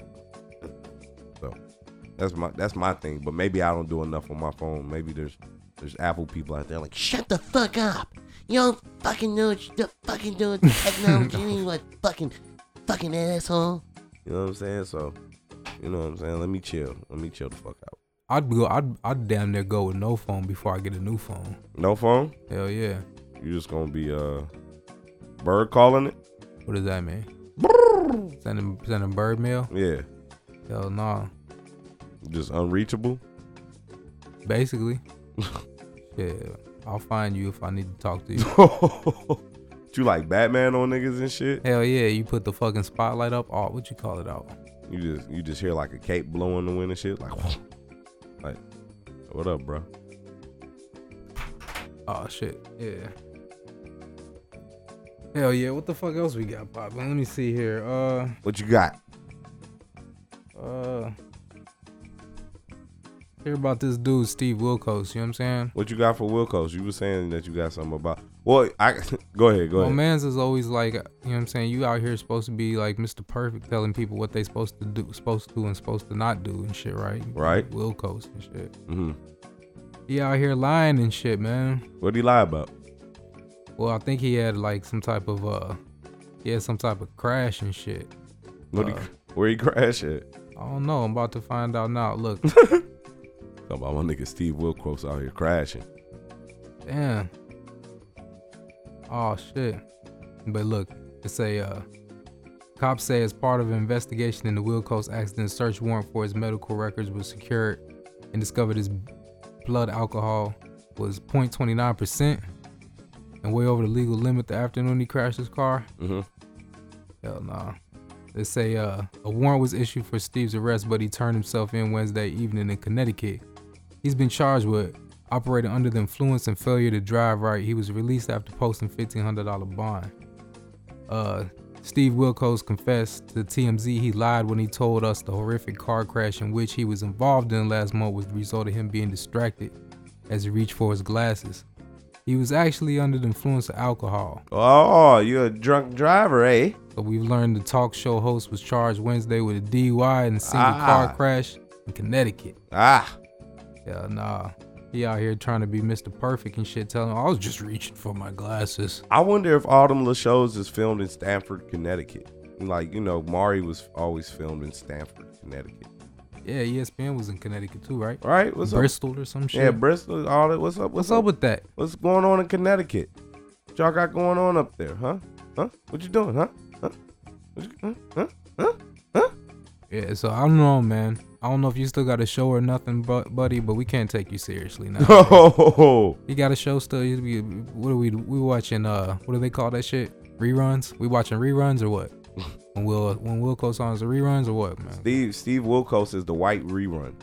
D: so that's my that's my thing. But maybe I don't do enough on my phone. Maybe there's there's Apple people out there like
I: Shut the fuck up. You don't fucking know what you're fucking doing with technology. you ain't what fucking, fucking asshole.
D: you know what I'm saying. So you know what I'm saying. Let me chill. Let me chill the fuck out.
C: I'd go. I'd I'd damn near go with no phone before I get a new phone.
D: No phone.
C: Hell yeah.
D: You just gonna be uh bird calling it?
C: What does that mean? Sending sending bird mail?
D: Yeah.
C: Hell no.
D: Just unreachable.
C: Basically. yeah. I'll find you if I need to talk to you.
D: you like Batman on niggas and shit?
C: Hell yeah, you put the fucking spotlight up. Oh, what you call it out?
D: You just you just hear like a cape blowing the wind and shit. Like like what up, bro?
C: Oh shit. Yeah. Hell yeah. What the fuck else we got popping? Let me see here. Uh.
D: What you got?
C: Uh. Hear about this dude Steve Wilkos? You know what I'm saying?
D: What you got for Wilco's? You were saying that you got something about Well, I go ahead, go
C: Well,
D: ahead.
C: man's is always like, you know what I'm saying? You out here supposed to be like Mr. Perfect, telling people what they supposed to do, supposed to, and supposed to not do, and shit, right?
D: Right.
C: Will Coast and shit.
D: hmm
C: He out here lying and shit, man.
D: What'd he lie about?
C: Well, I think he had like some type of uh, he had some type of crash and shit.
D: What
C: Uh,
D: he where he crash at?
C: I don't know. I'm about to find out now. Look,
D: Talking about my nigga Steve Wilco's out here crashing.
C: damn. Oh shit. But look, it's a uh, cops say as part of an investigation into Will Coast accident, search warrant for his medical records was secured and discovered his blood alcohol was 0.29% and way over the legal limit the afternoon he crashed his car.
D: hmm
C: Hell nah. They say uh, a warrant was issued for Steve's arrest, but he turned himself in Wednesday evening in Connecticut. He's been charged with operating under the influence and failure to drive right. He was released after posting $1,500 bond. Uh, Steve Wilkos confessed to TMZ he lied when he told us the horrific car crash in which he was involved in last month was the result of him being distracted as he reached for his glasses. He was actually under the influence of alcohol.
D: Oh, you're a drunk driver, eh?
C: So we've learned the talk show host was charged Wednesday with a DUI and a single
D: Ah.
C: car crash in Connecticut.
D: Ah.
C: Yeah, nah. He out here trying to be Mr. Perfect and shit, telling him, I was just reaching for my glasses.
D: I wonder if all them little shows is filmed in Stamford, Connecticut. Like, you know, Mari was always filmed in Stamford, Connecticut.
C: Yeah, E ESPN was in Connecticut too, right?
D: Right? What's
C: Bristol or some
D: up?
C: shit.
D: Yeah, Bristol, all that. What's up? What's,
C: What's up with that?
D: What's going on in Connecticut? What y'all got going on up there, huh? Huh? What you doing, huh? Huh? What you, huh? Huh? Huh?
C: Yeah, so I don't know, man. I don't know if you still got a show or nothing, but buddy, but we can't take you seriously now.
D: Oh,
C: you got a show still? You- we- What are we? We watching? Uh, what do they call that shit? Reruns? We watching reruns or what? when Will when Wilco's on the reruns or what, man?
D: Steve Steve Wilkos is the white rerun.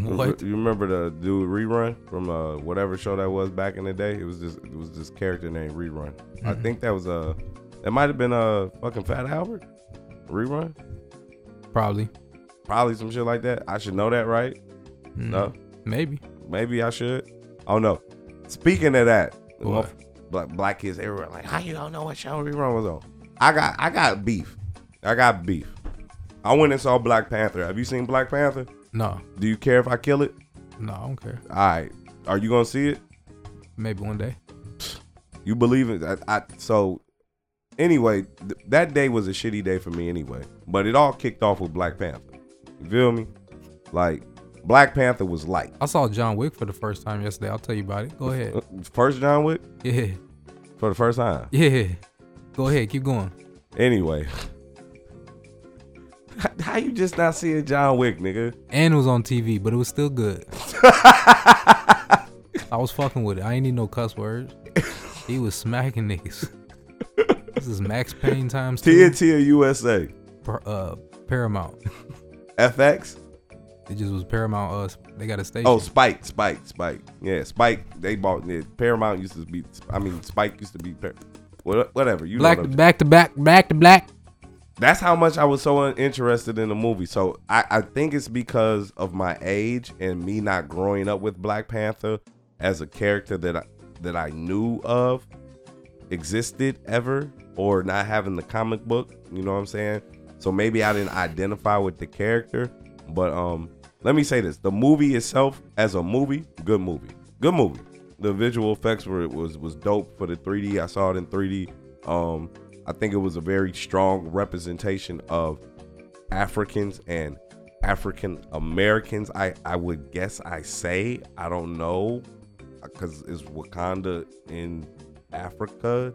C: what?
D: You remember the dude rerun from uh, whatever show that was back in the day? It was just it was this character named Rerun.
C: Mm-hmm.
D: I think that was uh that might have been uh fucking Fat Albert. Rerun?
C: Probably.
D: Probably some shit like that. I should know that, right?
C: Mm-hmm.
D: No.
C: Maybe.
D: Maybe I should. Oh no. Speaking of that, the
C: What?
D: motherf- black black kids everywhere like, how you don't know what show rerun was on? I got I got beef. I got beef. I went and saw Black Panther. Have you seen Black Panther?
C: No,
D: Do you care if I kill it?
C: no, I don't care.
D: All right. Are you gonna see it?
C: Maybe one day.
D: You believe it? I, I so. Anyway, th- that day was a shitty day for me anyway. But it all kicked off with Black Panther. You feel me? Like Black Panther was light.
C: I saw John Wick for the first time yesterday. I'll tell you about it. Go ahead.
D: First John Wick
C: Yeah,
D: for the first time.
C: yeah. Go ahead. Keep going.
D: Anyway, how you just not seeing John Wick, nigga?
C: And it was on TV, but it was still good. I was fucking with it. I ain't need no cuss words. He was smacking niggas. This is Max Payne times two.
D: TNT or USA?
C: Per- uh, Paramount.
D: FX?
C: It just was Paramount. Us. They got a station.
D: Oh, Spike, Spike, Spike. Yeah, Spike. They bought it. Paramount used to be. I mean, Spike used to be. Par- what- Whatever. You know
C: black
D: what
C: to
D: I'm
C: back to back back to black.
D: that's how much I was so un- interested in the movie. So I, I think it's because of my age and me not growing up with Black Panther as a character that I, that I knew of existed ever or not having the comic book, you know what I'm saying? So maybe I didn't identify with the character, but um let me say this, the movie itself as a movie, good movie. Good movie. The visual effects were was was dope for the 3D. I saw it in 3D. Um I think it was a very strong representation of Africans and African Americans. I I would guess I say I don't know because it's Wakanda in Africa.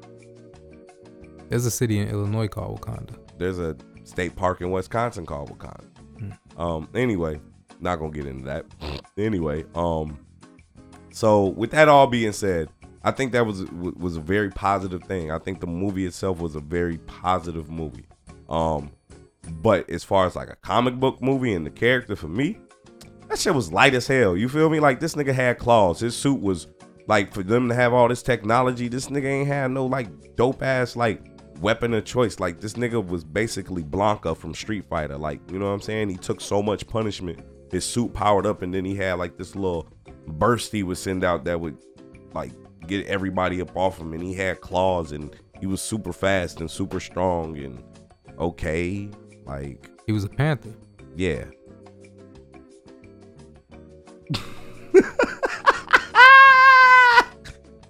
C: There's a city in Illinois called Wakanda.
D: There's a state park in Wisconsin called Wakanda. Um. Anyway, not gonna get into that. anyway, um. So with that all being said, I think that was was a very positive thing. I think the movie itself was a very positive movie. Um. But as far as like a comic book movie and the character for me, that shit was light as hell. You feel me? Like this nigga had claws. His suit was like for them to have all this technology. This nigga ain't had no like dope ass like weapon of choice. Like this nigga was basically Blanca from Street Fighter. Like you know what I'm saying? He took so much punishment. His suit powered up, and then he had like this little burst he would send out that would like get everybody up off him. And he had claws, and he was super fast and super strong and okay. Like
C: He was a panther.
D: yeah.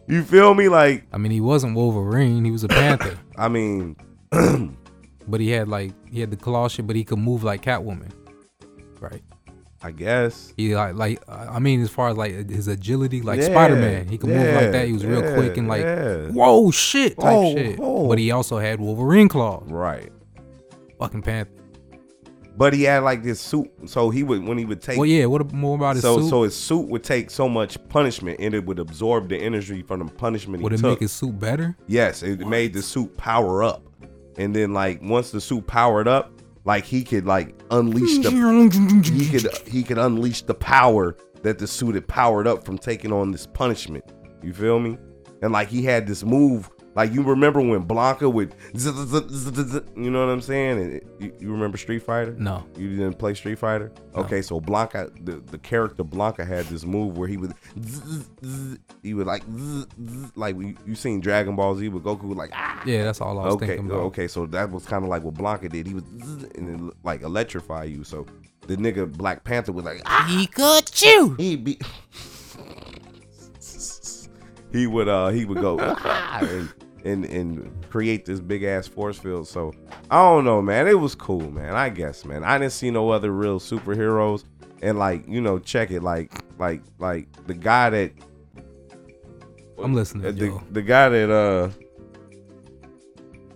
D: you feel me? Like,
C: I mean, he wasn't Wolverine. He was a panther,
D: I mean,
C: but he had like he had the claw shit, but he could move like Catwoman. Right.
D: I guess.
C: He like like I I mean, as far as like his agility, like
D: Yeah,
C: Spider Man, he could move
D: yeah,
C: like that. He was real
D: yeah,
C: quick and like
D: yeah.
C: whoa shit type
D: Whoa,
C: shit.
D: whoa.
C: But he also had Wolverine claws.
D: Right.
C: Fucking panther.
D: But he had like this suit, so he would when he would take
C: Well, yeah. What ab- more about his
D: so
C: suit?
D: so his suit would take so much punishment and it would absorb the energy from the punishment
C: Would
D: he
C: it
D: took.
C: make his suit better?
D: Yes, it made the suit power up. And then like once the suit powered up, like he could like unleash the he could he could unleash the power that the suit had powered up from taking on this punishment. You feel me? And like he had this move, like you remember when Blanca would, zzz, zzz, zzz, zzz, zzz, you know what I'm saying? And it- you, you remember Street Fighter?
C: No.
D: You didn't play Street Fighter? Okay, so Blanca, the, the character Blanca had this move where he would, zzz, zzz, he would like, zzz, zzz, like you, you seen Dragon Ball Z with Goku, like, ah.
C: Yeah, that's all I was
D: Okay,
C: thinking about.
D: okay, so that was kind of like what Blanca did. He was, zzz, and then like electrify you. So the nigga Black Panther was like, ah.
I: Pikachu!
D: He be. he would uh he would go "Ah," and, and and create this big ass force field. So I don't know, man. It was cool, man. I guess, man. I didn't see no other real superheroes. And like you know, check it, like like like the guy that
C: I'm listening.
D: uh, the,
C: yo.
D: the guy that uh.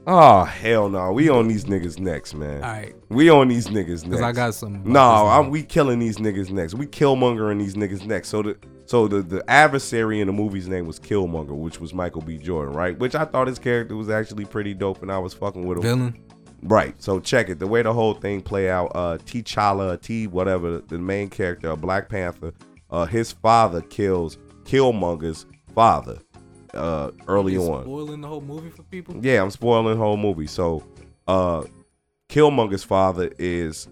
D: Oh hell no, we on these niggas next, man.
C: All right.
D: We on these niggas next.
C: I got something about
D: No,
C: this
D: I'm,
C: nigga.
D: we killing these niggas next. We killmongering these niggas next. So the so the, the adversary in the movie's name was Killmonger, which was Michael B. Jordan, right? Which I thought his character was actually pretty dope, and I was fucking with him.
C: Villain.
D: Right. So check it. The way the whole thing play out, uh T'Challa, T whatever, the main character of Black Panther, uh his father kills Killmonger's father uh early
C: He's
D: on.
C: Spoiling the whole movie for people.
D: Yeah, I'm spoiling the whole movie. So, uh, Killmonger's father is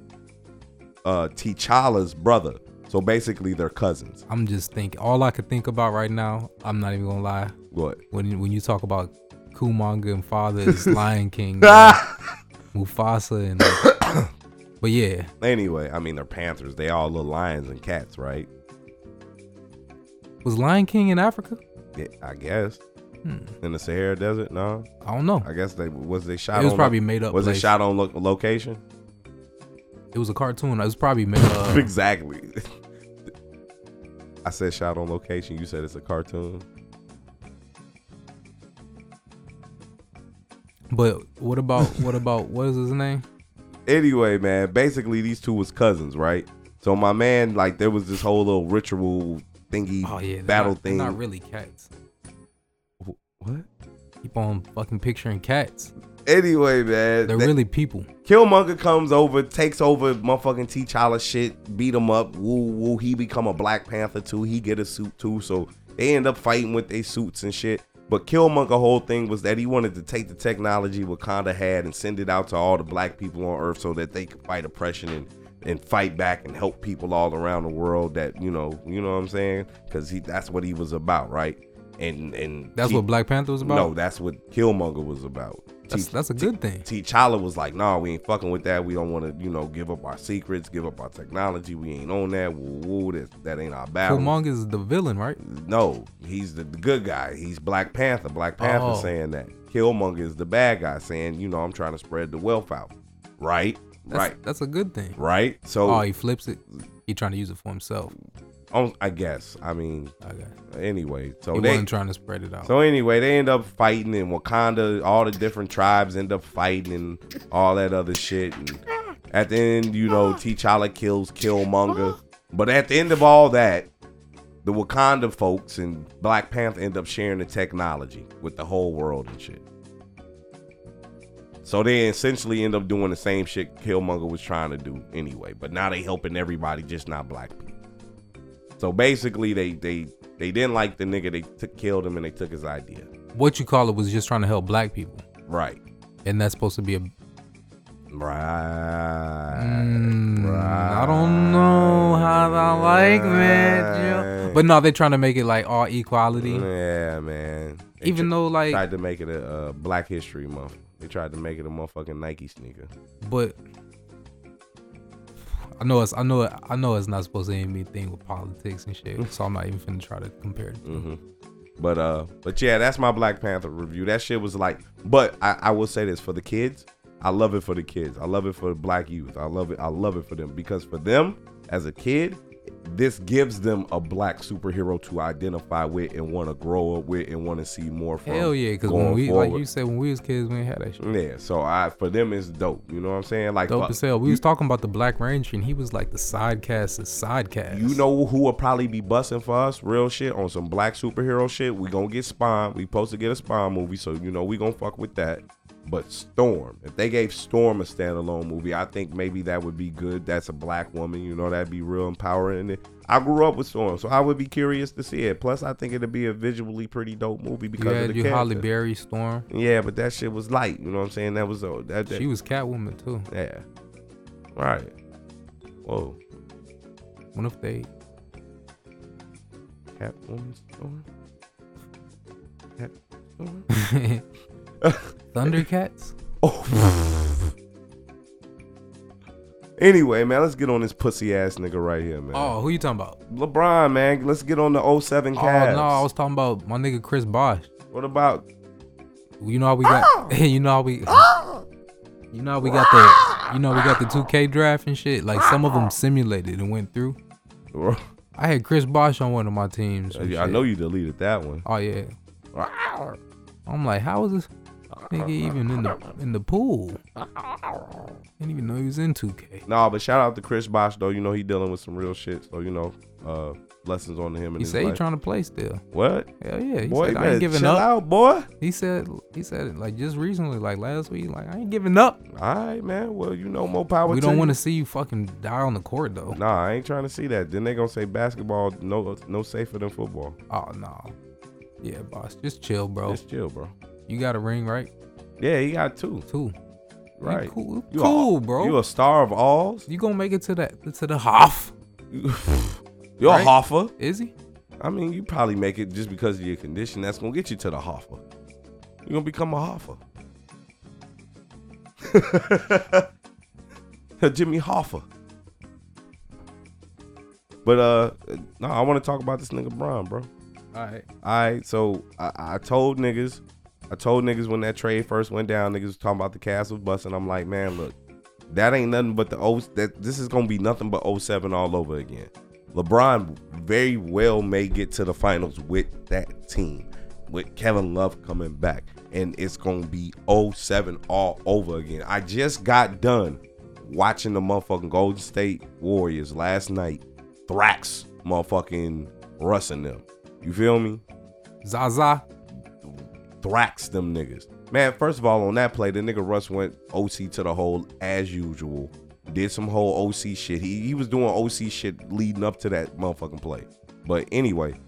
D: uh T'Challa's brother. So basically, they're cousins.
C: I'm just thinking. All I could think about right now. I'm not even gonna lie.
D: What?
C: When when you talk about Kumonga and father is Lion King. yo. Mufasa, and uh, but yeah,
D: Anyway, I mean they're panthers. They all little lions and cats, right?
C: was Lion King in Africa?
D: Yeah, I guess. In the Sahara Desert, no.
C: Hmm. I don't know.
D: I guess they was they shot.
C: It was
D: on
C: probably made up
D: Was
C: place.
D: it shot on lo- location?
C: It was a cartoon. It was probably made up.
D: exactly. I said shot on location. You said it's a cartoon.
C: But what about what about what is his name?
D: anyway, man, basically these two was cousins, right? So my man, like, there was this whole little ritual thingy
C: Oh yeah, they're
D: battle
C: not, they're
D: thing.
C: Not really cats.
D: What?
C: Keep on fucking picturing cats.
D: Anyway, man,
C: They're
D: they-
C: really people.
D: Killmonger comes over, takes over motherfucking T'Challa shit, beat him up. Woo woo, he become a Black Panther too. He get a suit too, so they end up fighting with their suits and shit. But Killmonger whole thing was that he wanted to take the technology Wakanda had and send it out to all the black people on Earth so that they could fight oppression and and fight back and help people all around the world. That you know, you know what I'm saying? Because he that's what he was about, right? And and
C: That's
D: he-
C: what Black Panther was about.
D: No, that's what Killmonger was about.
C: that's
D: T-
C: that's a good thing.
D: T'Challa was like, "Nah, we ain't fucking with that. We don't want to, you know, give up our secrets, give up our technology. We ain't on that. Woo, woo, that, that ain't our battle."
C: Killmonger is the villain, right?
D: No, he's the, the good guy. He's Black Panther. Black Panther
C: Oh.
D: saying that. Killmonger is the bad guy saying, "You know, I'm trying to spread the wealth out." Right,
C: That's,
D: right,
C: That's a good thing.
D: right. So,
C: Oh, he flips it. He trying to use it for himself.
D: um, I guess. I mean,
C: Okay.
D: anyway. So
C: He
D: they,
C: wasn't trying to spread it out.
D: So anyway, they end up fighting in Wakanda. All the different tribes end up fighting and all that other shit. And at the end, you know, T'Challa kills Killmonger. But at the end of all that, the Wakanda folks and Black Panther end up sharing the technology with the whole world and shit. So they essentially end up doing the same shit Killmonger was trying to do anyway. But now they helping everybody, just not black people. So basically, they they they didn't like the nigga. They took killed him and they took his idea.
C: what you call it was just trying to help black people,
D: Right.
C: and that's supposed to be a.
D: Right.
C: Mm, I don't know how I like that, yo.
D: Right.
C: But no, they're trying to make it like all equality.
D: Yeah, man. They
C: Even
D: tr-
C: though, like-
D: tried to make it a uh, Black History Month. They tried to make it a motherfucking Nike sneaker.
C: but I know it's I know it, I know it's not supposed to be anything with politics and shit, so I'm not even finna try to compare. It.
D: Mm-hmm. But uh, but yeah, that's my Black Panther review. That shit was like, but I, I will say this for the kids, I love it for the kids. I love it for the black youth. I love it. I love it for them because for them as a kid, this gives them a black superhero to identify with and want to grow up with and want to see more from.
C: Hell yeah, because when
D: going
C: we like
D: forward.
C: you said when we was kids we ain't had that shit.
D: yeah, so I for them it's dope. You know what I'm saying? Like
C: Dope
D: fuck,
C: as hell. We
D: you-
C: was talking about the Black Ranger and he was like the side cast of side cast.
D: You know who will probably be busting for us? Real shit on some black superhero shit. We gonna get Spawn. We supposed to get a Spawn movie, so you know we gonna fuck with that. But Storm, if they gave Storm a standalone movie, I think maybe that would be good. That's a black woman, you know, that'd be real empowering. And I grew up with Storm, so I would be curious to see it. Plus, I think it'd be a visually pretty dope movie
C: you
D: because of
C: had
D: the
C: your
D: character.
C: Holly Berry Storm.
D: Yeah, but that shit was light. You know what I'm saying? That was a that, that
C: She was Catwoman too.
D: yeah. All right. Whoa,
C: What if they
D: Catwoman Storm. Cat Storm.
C: Thundercats?
D: Oh, Anyway, man, let's get on this pussy ass nigga right here, man.
C: Oh, who you talking about?
D: LeBron, man, let's get on the 07 Cavs.
C: Oh no, I was talking about my nigga Chris Bosh.
D: What about Ah!
C: You know how we got. you know how we. You know how we got the. You know we got the 2K draft and shit. Like some
D: Ah!
C: of them simulated and went through. I had Chris Bosh on one of my teams. and
D: Uh, I
C: shit.
D: know you deleted that one. Ah,
C: Oh yeah. I'm like, how is this nigga even in the in the pool? Didn't even know he was in 2K.
D: Nah, but shout out to Chris Bosch though. You know he dealing with some real shit, so you know, uh, lessons on him and
C: He
D: his
C: said he
D: life.
C: trying to play still.
D: what?
C: Hell yeah. He
D: boy,
C: said
D: you
C: I
D: better
C: ain't giving
D: chill
C: up.
D: out, boy.
C: He said he said it like just recently, like last week, like I ain't giving up.
D: All right, man. Well, you know, more power.
C: We don't want
D: want
C: to see you fucking die on the court though.
D: Nah, I ain't trying to see that. Then they gonna say basketball no no safer than football.
C: Oh no. Yeah, boss. Just chill, bro.
D: Just chill, bro.
C: You got a ring, right?
D: Yeah, he got two.
C: Two.
D: Right.
C: cool-
D: You
C: cool,
D: a-
C: bro.
D: You a star of alls.
C: You gonna make it to that to the half?
D: You're
C: Right.
D: a Hoffa.
C: Is he?
D: I mean, you probably make it just because of your condition. That's gonna get you to the Hoffa. You're gonna become a Hoffa. Jimmy Hoffa. But uh, no, I want to talk about this nigga Bron, bro.
C: All right.
D: Alright, so I, I told niggas, I told niggas when that trade first went down, niggas was talking about the Castle bus, and I'm like, man, look, that ain't nothing but the O that this is gonna be nothing but 07 all over again. LeBron very well may get to the finals with that team, with Kevin Love coming back, and it's gonna be 07 all over again. I just got done watching the motherfucking Golden State Warriors last night thrax motherfucking Russ and them. You feel me?
C: Zaza.
D: thrax them niggas. Man, first of all, on that play, the nigga Russ went OC to the hole as usual. Did some whole OC shit. He, he was doing OC shit leading up to that motherfucking play. But anyway,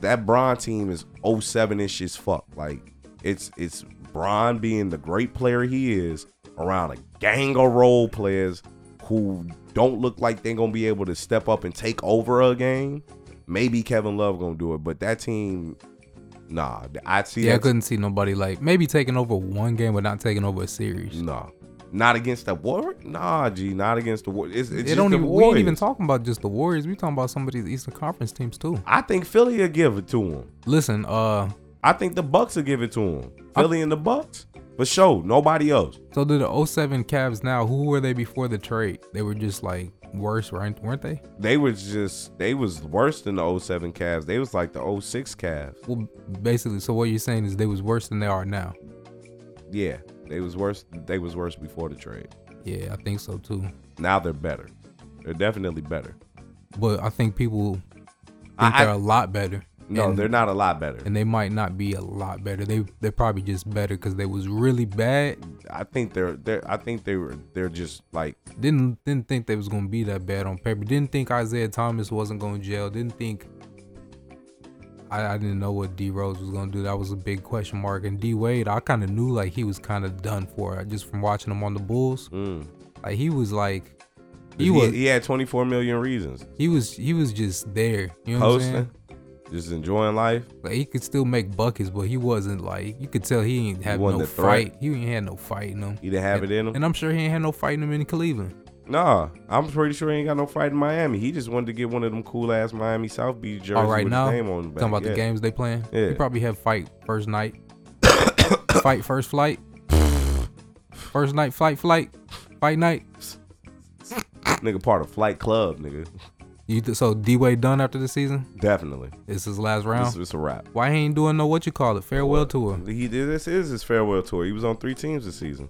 D: that Bron team is 07 ish as fuck. Like, it's it's Bron being the great player he is around a gang of role players who don't look like they're gonna be able to step up and take over a game. Maybe Kevin Love gonna do it, but that team, nah. I see
C: Yeah, I
D: that
C: couldn't see nobody like maybe taking over one game, but not taking over a series.
D: Nah. Not against the war? Nah, G, not against the war. It's, it's
C: It
D: just
C: don't
D: the
C: even, we ain't even
D: Warriors.
C: talking about just the Warriors. We talking about some of these Eastern Conference teams too.
D: I think Philly will give it to him.
C: Listen, uh,
D: I think the Bucks will give it to him. Philly and the Bucks? For sure. Nobody else.
C: so did the 07 Cavs now? Who were they before the trade? They were just like worse, right? Weren't they?
D: They was just they was worse than the 07 Cavs. They was like the 06 Cavs.
C: Well, basically, so what you're saying is they was worse than they are now.
D: Yeah. They was worse they was worse before the trade.
C: Yeah, I think so too.
D: Now they're better. They're definitely better.
C: But I think people think
D: I- I-
C: they're a lot better.
D: No,
C: and,
D: they're not a lot better.
C: and they might not be a lot better. They they're probably just better because they was really bad.
D: I think they're they're I think they were they're just like
C: Didn't didn't think they was gonna be that bad on paper. Didn't think Isaiah Thomas wasn't going to jail. Didn't think I, I didn't know what D Rose was gonna do. That was a big question mark. And D Wade, I kind of knew like he was kind of done for uh, just from watching him on the Bulls.
D: mm.
C: Like he was like he,
D: he,
C: was
D: he had 24 million reasons.
C: he was he was just there. You know what I'm saying?
D: Posting, just enjoying life.
C: Like he could still make buckets, but he wasn't like you could tell he ain't had
D: wasn't
C: no
D: a threat.
C: fight. He ain't had no fight in him.
D: He didn't have it in him.
C: And I'm sure he ain't had no fight in him in Cleveland.
D: Nah, I'm pretty sure he ain't got no fight in Miami. He just wanted to get one of them cool ass Miami South Beach jerseys
C: All right
D: with
C: now,
D: his name on the
C: talking
D: back.
C: about
D: Yeah.
C: the games they playing.
D: Yeah.
C: He probably had fight first night, fight first flight, first night flight flight, fight night.
D: Nigga part of Flight Club, nigga.
C: You th- so D Wade done after the season?
D: Definitely.
C: It's his last
D: This
C: round.
D: is a wrap.
C: Why he ain't doing no what you call it farewell tour?
D: He did this is his farewell tour. He was on three teams this season.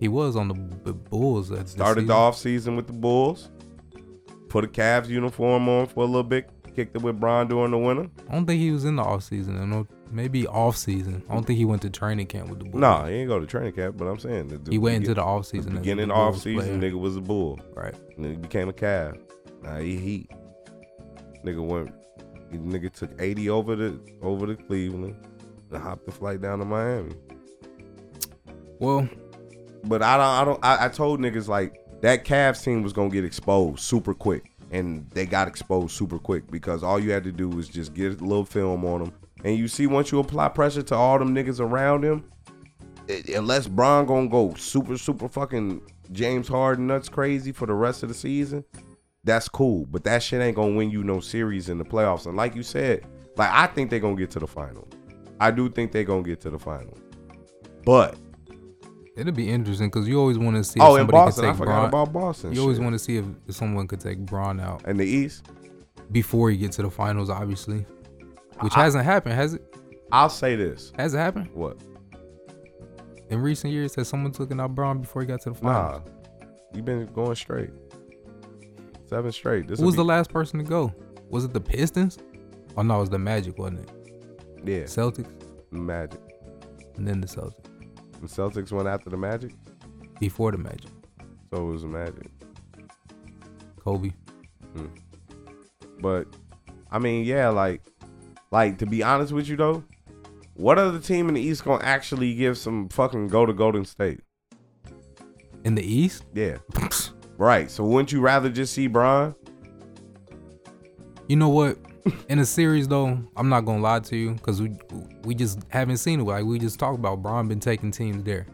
C: He was on the B- Bulls. At
D: Started the
C: the
D: off season with the Bulls. Put a Cavs uniform on for a little bit. Kicked it with Bron during the winter.
C: I don't think he was in the off season. I know maybe off season. I don't think he went to training camp with the Bulls.
D: Nah, he ain't go to training camp, but I'm saying the,
C: he went into the
D: begin-
C: off season.
D: the beginning off season. Nigga was a Bull.
C: Right.
D: And then he became a Cav. Nah, he heat. Nigga went. he- Nigga took 80 over to over to Cleveland and hopped the flight down to Miami.
C: Well,
D: But I don't. I don't. I, I told niggas like that Cavs team was gonna get exposed super quick, and they got exposed super quick because all you had to do was just get a little film on them, and you see once you apply pressure to all them niggas around him, i- Eh, unless Bron gonna go super super fucking James Harden nuts crazy for the rest of the season, that's cool. But that shit ain't gonna win you no series in the playoffs. And like you said, like I think they gonna get to the final. I do think they gonna get to the final. But
C: it'll be interesting because you always want to see.
D: oh,
C: if
D: in
C: somebody
D: Boston,
C: could
D: I
C: take
D: forgot
C: Bron-
D: about Boston.
C: You always
D: shit.
C: want to see if, if someone could take Braun out
D: in the East.
C: before he gets to the finals, obviously, which hasn't happened, has it?
D: I'll say this:
C: Has it happened
D: what?
C: in recent years? Has someone taken out Braun before he got to the
D: Nah,
C: finals?
D: you've been going straight, seven straight. This
C: Who was
D: will
C: the
D: be,
C: last person to go? Was it the Pistons? Oh no, it was the Magic, wasn't it?
D: the yeah
C: Celtics
D: Magic.
C: and then the Celtics
D: The Celtics went after the Magic,
C: before the Magic.
D: so it was the Magic.
C: Kobe.
D: Mm. But I mean, yeah, like, like to be honest with you though, what other team in the East gonna actually give some fucking go to Golden State?
C: In the East,
D: Yeah, right. So wouldn't you rather just see Bron?
C: you know what? in the series though, I'm not gonna lie to you because we we just haven't seen it. Like we just talked about, Braun been taking teams there.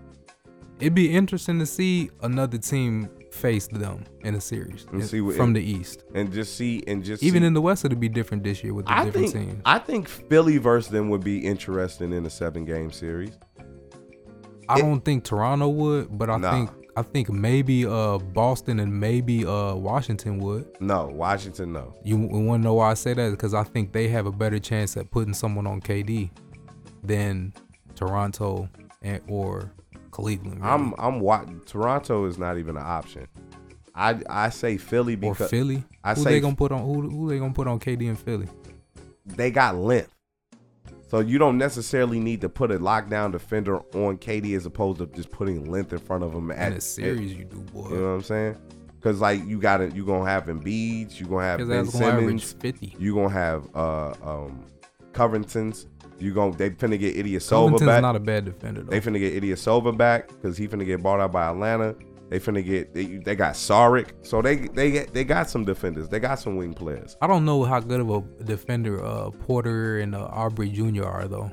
C: It'd be interesting to see another team face them in a series
D: And
C: in-
D: see what-
C: from the East.
D: and just see and just
C: Even
D: see-
C: in the West, it'd be different this year with the
D: I
C: different
D: think
C: teams.
D: I think Philly versus them would be interesting in a seven game series.
C: I don't think Toronto would, but I
D: Nah.
C: think I think maybe uh Boston and maybe uh Washington would.
D: No, Washington, no.
C: You want to know why I say that? Because I think they have a better chance at putting someone on KD than Toronto and or Cleveland. really.
D: I'm I'm wa- Toronto is not even an option. I I say Philly
C: or
D: because
C: Philly.
D: I
C: who
D: say
C: they gonna put on who, who they gonna put on KD in Philly?
D: they got length. So you don't necessarily need to put a lockdown defender on KD as opposed to just putting length in front of him at
C: in a series, you do boy.
D: You know what I'm saying? Because like you got to you gonna have Embiid, you gonna have
C: His
D: Ben
C: ass gonna average
D: Simmons,
C: 50.
D: you gonna have uh um Covington's. You gonna they finna get Idiasova
C: Covington's
D: back.
C: not a bad defender though.
D: They finna get Idiasova back because he finna get bought out by Atlanta. They finna get they, they got Saric. So they they they got some defenders. They got some wing players.
C: I don't know how good of a defender uh, Porter and uh, Aubrey Jr. are though.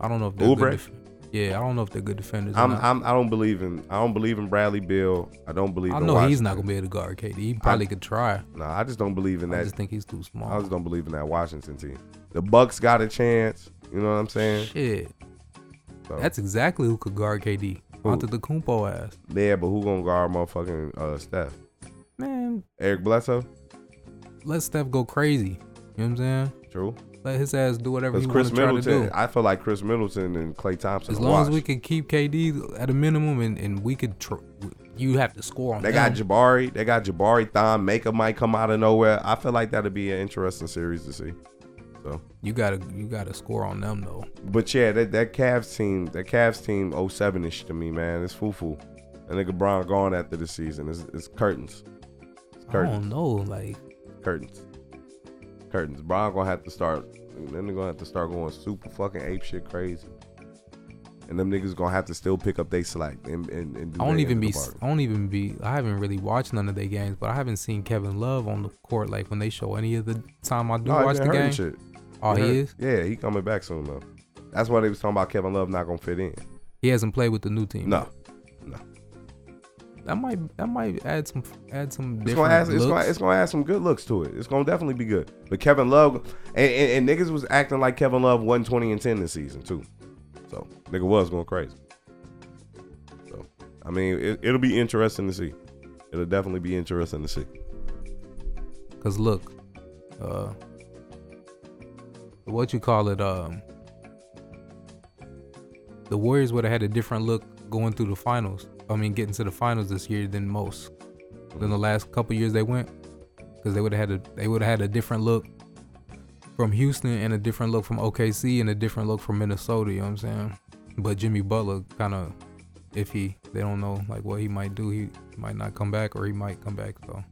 C: I don't know if they're
D: Oubre?
C: good def- Yeah, I don't know if they're good defenders. or
D: I'm,
C: not.
D: I'm I don't believe in I don't believe in Bradley Bill. I don't believe.
C: I
D: in
C: know he's
D: Washington.
C: not gonna be able to guard KD. He probably could try.
D: No, I just don't believe in
C: I
D: that.
C: just think he's too small.
D: I just don't believe in that Washington team. The Bucks got a chance. You know what I'm saying?
C: Shit.
D: So-
C: That's exactly who could guard KD. Onto the Kumpo ass.
D: Yeah, but who gonna guard motherfucking uh, Steph?
C: Man,
D: Eric Bledsoe.
C: let Steph go crazy. You know what I'm saying?
D: True.
C: Let his ass do whatever
D: Because
C: he
D: Chris
C: wants to try to
D: Middleton.
C: do.
D: I feel like Chris Middleton and Clay Thompson.
C: As
D: are
C: long as
D: washed.
C: we can keep KD at a minimum and, and we could, tr- you have to score on
D: They
C: them.
D: got Jabari. They got Jabari Thon. Maker might come out of nowhere. I feel like that'd be an interesting series to see. So,
C: You gotta you gotta score on them though.
D: but yeah, that that Cavs team, that Cavs team, 07 ish to me, man. It's foo foo. And nigga Brown gone after the season. It's, it's curtains. It's
C: I don't
D: curtains.
C: know, like
D: Curtains. Curtains. Brown gonna have to start. Then they're gonna have to start going super fucking ape shit crazy. And them niggas gonna have to still pick up they slack and and, and do
C: I don't
D: their
C: even
D: end
C: be
D: of the bargain.
C: I don't even be I haven't really watched none of their games, but I haven't seen Kevin Love on the court like when they show any of the time I do
D: No, he
C: watch
D: been
C: the
D: hurt and
C: game.
D: shit.
C: Oh, he
D: hurt.
C: is.
D: Yeah, he coming back soon though. That's why they was talking about Kevin Love not gonna fit in.
C: He hasn't played with the new team.
D: No,
C: That might that might add some add some
D: it's
C: different
D: gonna add it's
C: looks.
D: gonna, it's gonna add some good looks to it. It's gonna definitely be good. But Kevin Love and, and, and niggas was acting like Kevin Love won twenty and ten this season too. So nigga was going crazy. So I mean, it, it'll be interesting to see. It'll definitely be interesting to see.
C: Cause look, uh, what you call it? Um, the Warriors would have had a different look going through the finals. I mean, getting to the finals this year than most than the last couple years they went, because they would have had a they would have had a different look from Houston and a different look from OKC and a different look from Minnesota. You know what I'm saying? But Jimmy Butler kind of iffy. They don't know like what he might do. He might not come back, or he might come back. So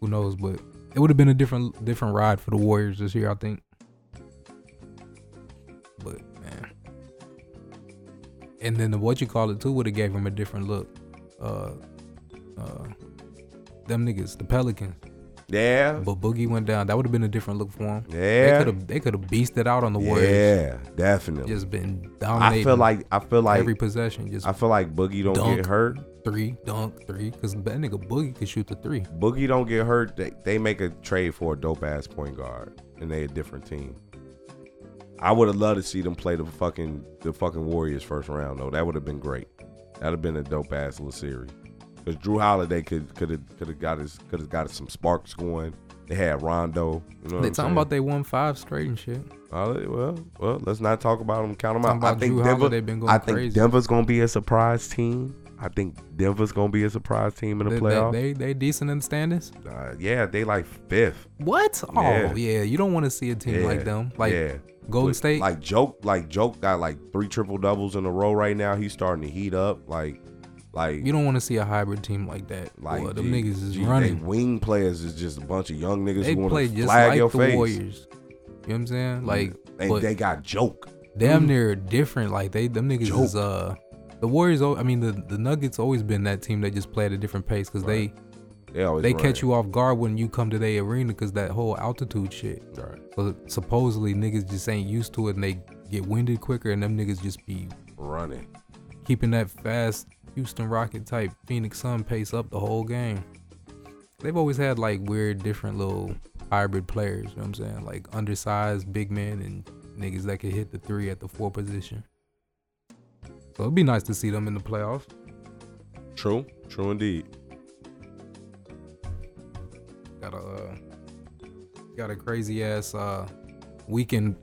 C: who knows? But it would have been a different different ride for the Warriors this year, I think. But man, and then the what you call it too would have gave him a different look. Uh, uh, them niggas, the Pelicans.
D: Yeah,
C: But Boogie went down. That would have been a different look for him.
D: Yeah.
C: they could have they could have beasted out on the Warriors.
D: yeah, definitely.
C: Just been
D: I
C: dominating.
D: feel like I feel like
C: every possession, just
D: I feel like Boogie don't
C: Dunk.
D: get hurt.
C: three dunk three, because that nigga Boogie could shoot the three.
D: Boogie don't get hurt, they, they make a trade for a dope ass point guard, and they a different team. I would have loved to see them play the fucking the fucking Warriors first round though. That would have been great. That'd have been a dope ass little series. Cause Drew Holiday could could have could have got his could have got some sparks going. They had Rondo. You know what
C: They
D: I'm
C: talking about they won five straight and shit.
D: Holiday, well, well, let's not talk about them. Count them
C: Talking
D: out. I
C: about
D: think
C: Drew
D: Denver.
C: Holiday been going
D: I think
C: crazy.
D: Denver's gonna be a surprise team. I think Denver's gonna be a surprise team in the
C: They,
D: playoffs.
C: they, they they decent in the standings.
D: uh, yeah, they like fifth.
C: What? Oh
D: Yeah.
C: yeah, you don't want to see a team like them, like
D: yeah.
C: Golden
D: But,
C: State.
D: Like joke, like joke got like three triple doubles in a row right now. He's starting to heat up. Like, like
C: you don't want to see a hybrid team like that.
D: like
C: Like Boy, them
D: gee,
C: niggas is
D: gee, They
C: running.
D: wing players is just a bunch of young niggas
C: They,
D: who want
C: play
D: to
C: just
D: flag
C: like
D: your
C: the
D: face.
C: Warriors. You know what I'm saying? Like,
D: and
C: but
D: they got joke. Mm. Mm-hmm.
C: damn near different. Like they them niggas
D: Joke.
C: is uh the Warriors. al- I mean the the Nuggets always been that team that just play at a different pace because they
D: They always
C: They
D: run.
C: catch you off guard when you come to their arena because that whole altitude shit.
D: Right.
C: So supposedly niggas just ain't used to it and they get winded quicker and them niggas just be
D: running.
C: keeping that fast Houston Rocket type Phoenix Sun pace up the whole game. They've always had like weird, different little hybrid players. You know what I'm saying? Like undersized big men and niggas that can hit the three at the four position. So it'd be nice to see them in the playoffs.
D: True. True indeed.
C: Got a uh, got a crazy ass uh, weekend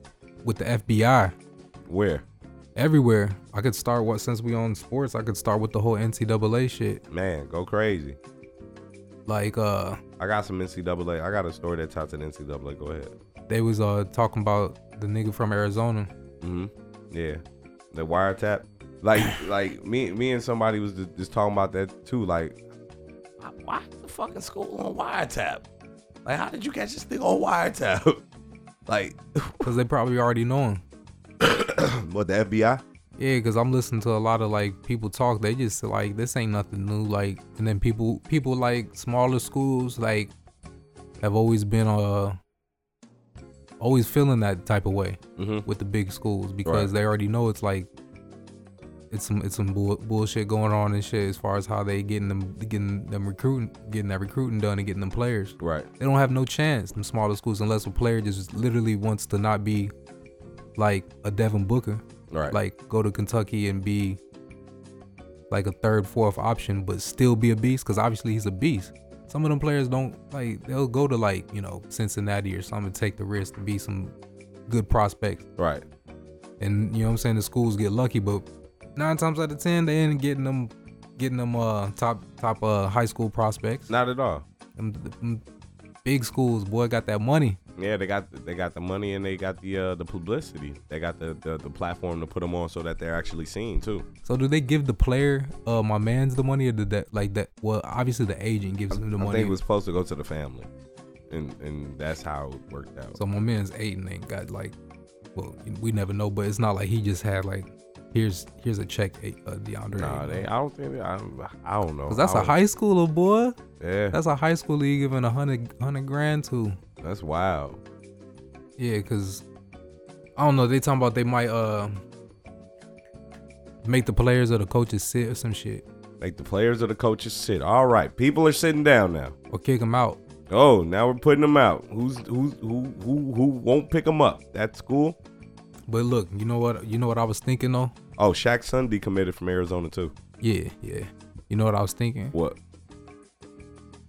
C: with the FBI
D: Where?
C: everywhere. I could start what since we on sports, I could start with the whole NCAA shit.
D: Man, go crazy.
C: Like uh,
D: I got some NCAA. I got a story that ties to the NCAA. Go ahead.
C: they was uh talking about the nigga from Arizona.
D: hmm Yeah. The wiretap. Like, like me, me and somebody was just, just talking about that too. Like, why the fucking school on wiretap? Like, how did you catch this thing on wiretap? like,
C: Cause they probably already know him.
D: what the FBI?
C: Yeah, cause I'm listening to a lot of like people talk. They just like this ain't nothing new. Like, and then people people like smaller schools like have always been uh always feeling that type of way
D: Mhm.
C: with the big schools because they already know it's like it's some it's some bull, bullshit going on and shit as far as how they getting them getting them recruiting getting that recruiting done and getting them players.
D: Right.
C: they don't have no chance in smaller schools unless a player just literally wants to not be like a Devin Booker,
D: Right.
C: like go to Kentucky and be like a third, fourth option, but still be a beast because obviously he's a beast. Some of them players don't like they'll go to like you know Cincinnati or something, to take the risk to be some good prospects,
D: right.
C: and you know what I'm saying. The schools get lucky, but nine times out of ten they ain't getting them getting them uh top top uh high school prospects.
D: Not at all.
C: Them, them big schools, boy, got that money.
D: Yeah, they got they got the money and they got the uh, the publicity. They got the, the the platform to put them on so that they're actually seen too.
C: So do they give the player, uh, my man's the money, or did that like that? Well, obviously the agent gives him the
D: I
C: money.
D: think it was supposed to go to the family, and and that's how it worked out.
C: so my man's eight and they got like, well, we never know, but it's not like he just had like, here's here's a check, uh, DeAndre.
D: nah, they. I don't think. They, I, don't- I don't know.
C: Cause that's
D: I
C: a high schooler, boy.
D: don't- Yeah, that's,
C: That's a high schooler you giving a hundred hundred grand to.
D: wild.
C: Yeah, cause I don't know. They talking about they might uh make the players or the coaches sit or some shit
D: Like the players or the coaches sit. All right, people are sitting down now.
C: or kick them out.
D: Oh, now we're putting them out. Who's who's who who who won't pick them up? That's cool.
C: But look, you know what? You know what I was thinking though.
D: Oh, Shaq Sunday committed from Arizona too.
C: Yeah, yeah. You know what I was thinking?
D: What?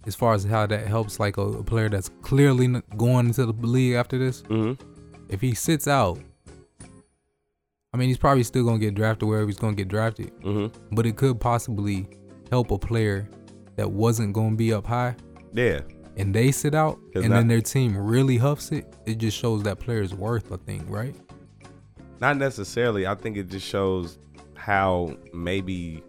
C: as far as how that helps like a, a player that's clearly n- going into the league after this
D: Mm-hmm.
C: if he sits out i mean he's probably still going to get drafted wherever he's going to get drafted
D: Mm-hmm.
C: but it could possibly help a player that wasn't going to be up high
D: Yeah.
C: and they sit out
D: Cause
C: and then
D: now-
C: their team really huffs it it just shows that player's worth i think right
D: Not necessarily. I think it just shows how maybe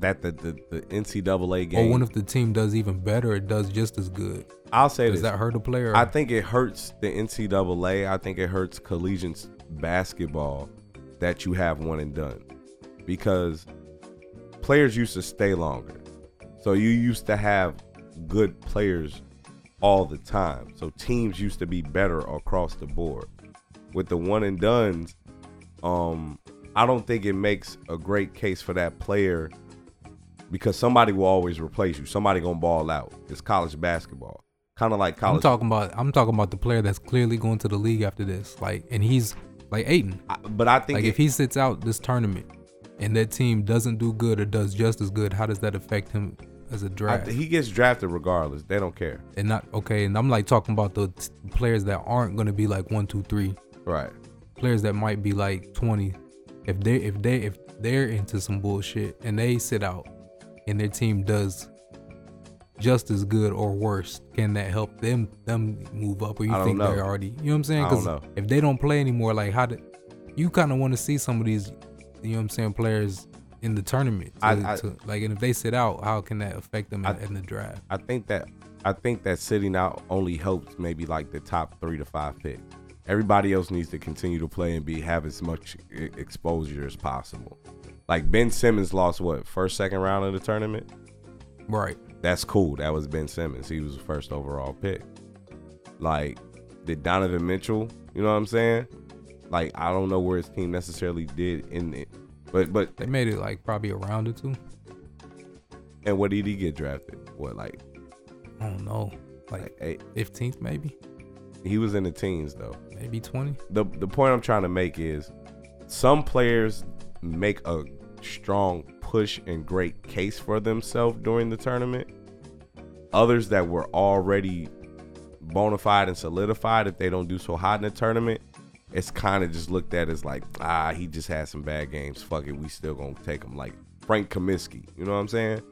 D: that the the, the NCAA game.
C: or what if the team does even better or does just as good
D: I'll say
C: does
D: this.
C: that hurt a player
D: I think it hurts the NCAA. I think it hurts collegiate basketball that you have one and done because players used to stay longer. So you used to have good players all the time. So teams used to be better across the board. With the one and duns, um, I don't think it makes a great case for that player because somebody will always replace you. Somebody gonna ball out. It's college basketball, kind of like
C: i'm
D: college.
C: talking about i'm talking about the player that's clearly going to the league after this like and he's like Aiden.
D: I- but I think
C: Like
D: it-
C: if he sits out this tournament and that team doesn't do good or does just as good, how does that affect him as a
D: I-
C: draft?
D: he gets drafted regardless. They don't care.
C: and not okay, and I'm like talking about the t- players that aren't gonna be like one, two, three.
D: Right.
C: Players that might be like twenty. If they if they if they're into some bullshit and they sit out and their team does just as good or worse, can that help them them move up? Or you
D: I don't
C: think
D: know.
C: they're already you know what I'm saying?
D: I don't know.
C: if they don't play anymore, like how do you kind of want to see some of these, you know what I'm saying, players in the tournament? to-
D: I- I-
C: to- like, and if they sit out, how can that affect them in, in the draft?
D: I think that I think that sitting out only helps maybe like the top three to five pick. Everybody else needs to continue to play and be have as much e- exposure as possible. Like Ben Simmons lost what first second round of the tournament.
C: Right.
D: That's cool. That was Ben Simmons. He was the first overall pick. Like, did Donovan Mitchell, you know what I'm saying? Like, I don't know where his team necessarily did in it. But but
C: They made it like probably a round or two.
D: and what did he get drafted? What like
C: I don't know. Like
D: like eight,
C: fifteenth maybe?
D: he was in the teens though.
C: Maybe twenty?
D: the the point I'm trying to make is some players make a strong push and great case for themselves during the tournament. Others that were already bona fide and solidified, if they don't do so hot in the tournament, it's kind of just looked at as like, ah, he just had some bad games. Fuck it, we still gonna take him. Like Frank Kaminsky, you know what I'm saying?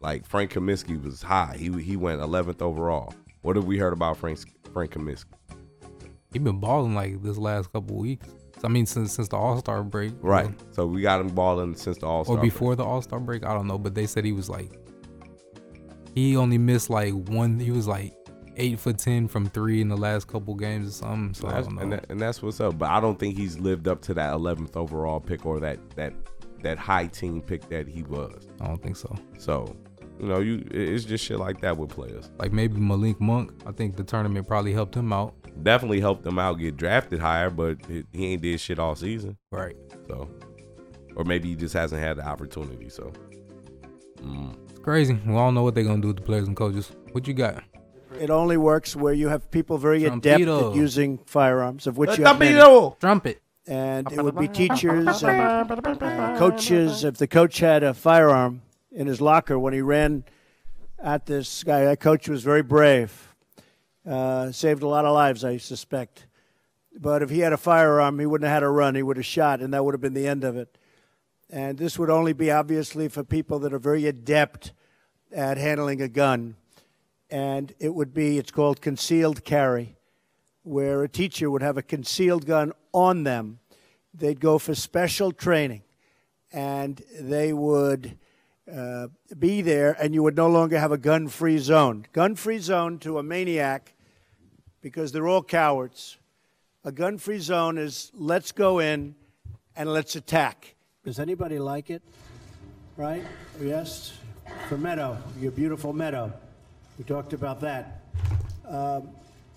D: Like Frank Kaminsky was high. He he went 11th overall. What have we heard about Frank Frank Kaminsky?
C: He been balling like this last couple weeks. I mean since since the All Star break. you
D: Right.
C: know,
D: So we got him balling since the All Star.
C: Or before the All Star break, I don't know, but they said he was like he only missed like one he was like eight for ten from three in the last couple games or something. So I
D: That's,
C: don't know.
D: and, that, and that's what's up. But I don't think he's lived up to that 11th overall pick or that that that high team pick that he was.
C: I don't think so.
D: So you know, you it- it's just shit like that with players.
C: Like maybe Malik Monk. I think the tournament probably helped him out.
D: Definitely helped him out get drafted higher, but it, he ain't did shit all season.
C: Right.
D: So, or maybe he just hasn't had the opportunity. So Mm.
C: It's crazy. We all know what they're gonna do with the players and coaches. What you got?
J: It only works where you have people very adept
C: Trumpito.
J: at using firearms, of which you have many.
C: Trumpet.
J: and it would be teachers and, and coaches. If the coach had a firearm in his locker when he ran at this guy, that coach was very brave. Uh, saved a lot of lives, I suspect. But if he had a firearm, he wouldn't have had a run. He would have shot, and that would have been the end of it. And this would only be obviously for people that are very adept at handling a gun. And it would be, it's called concealed carry where a teacher would have a concealed gun on them. They'd go for special training and they would uh, be there, and you would no longer have a gun free zone. Gun free zone to a maniac, because they're all cowards. A gun free zone is let's go in and let's attack. Does anybody like it? Right? Yes? For Meadow, your beautiful Meadow. We talked about that. Um,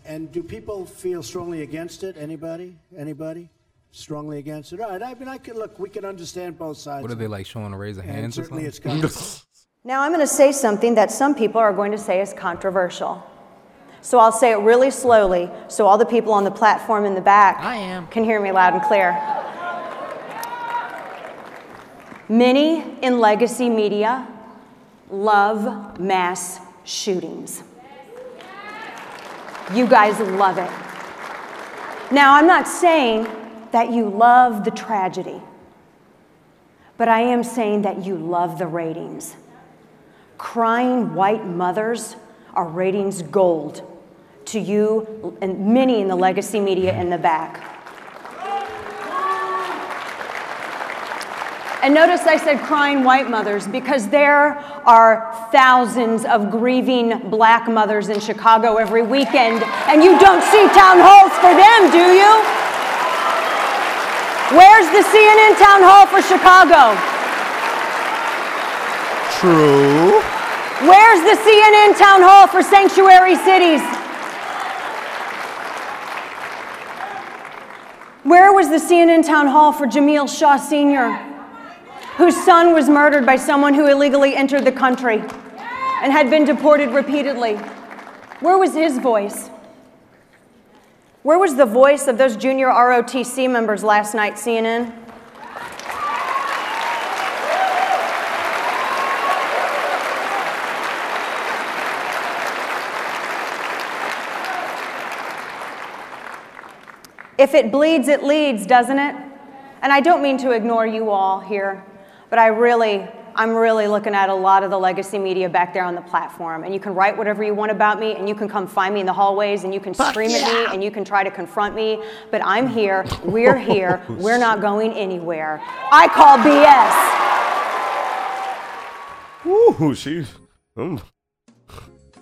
J: And do people feel strongly against it? Anybody? Anybody? Strongly against it? All right. I mean, I could look. We can understand both sides.
C: What are they like showing a raise of
J: and
C: hands or
J: certainly,
C: something?
J: it's got
K: Now I'm going to say something that some people are going to say is controversial. So I'll say it really slowly so all the people on the platform in the back
H: I am.
K: can hear me loud and clear. Many in legacy media love mass shootings. You guys love it. Now, I'm not saying that you love the tragedy, but I am saying that you love the ratings. Crying white mothers are ratings gold to you and many in the legacy media in the back. And notice I said crying white mothers because there are thousands of grieving black mothers in Chicago every weekend, and you don't see town halls for them, do you? Where's the CNN town hall for Chicago?
D: true.
K: Where's the CNN town hall for sanctuary cities? Where was the CNN town hall for Jameel Shaw Sr., whose son was murdered by someone who illegally entered the country and had been deported repeatedly? Where was his voice? Where was the voice of those junior ROTC members last night, CNN? If it bleeds, it leads, doesn't it? And I don't mean to ignore you all here, but I really, I'm really looking at a lot of the legacy media back there on the platform. And you can write whatever you want about me, and you can come find me in the hallways, and you can
I: Fuck
K: scream at me,
I: yeah.
K: and you can try to confront me. But I'm here, we're here, we're not going anywhere. I call BS.
D: Woo, she. mm.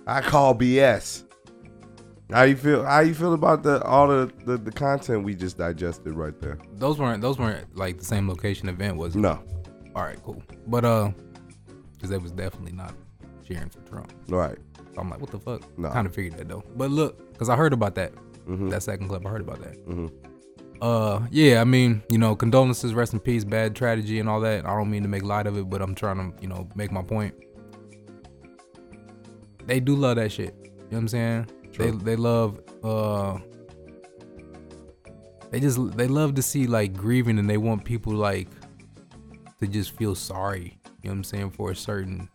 D: I call BS. How you feel? How you feel about the all the, the the content we just digested right there?
C: Those weren't those weren't like the same location event was it?
D: No,
C: All right, cool. But uh, because they was definitely not cheering for Trump.
D: Right.
C: So I'm like, what the fuck?
D: Nah.
C: Kind of figured that though. But look, because I heard about that.
D: Mm-hmm.
C: That second clip, I heard about that. Uh, yeah, I mean, you know, condolences, rest in peace, bad tragedy, and all that. I don't mean to make light of it, but I'm trying to, you know, make my point. They do love that shit. You know what I'm saying? They they love uh they just they love to see like grieving and they want people like to just feel sorry, you know what I'm saying, for a certain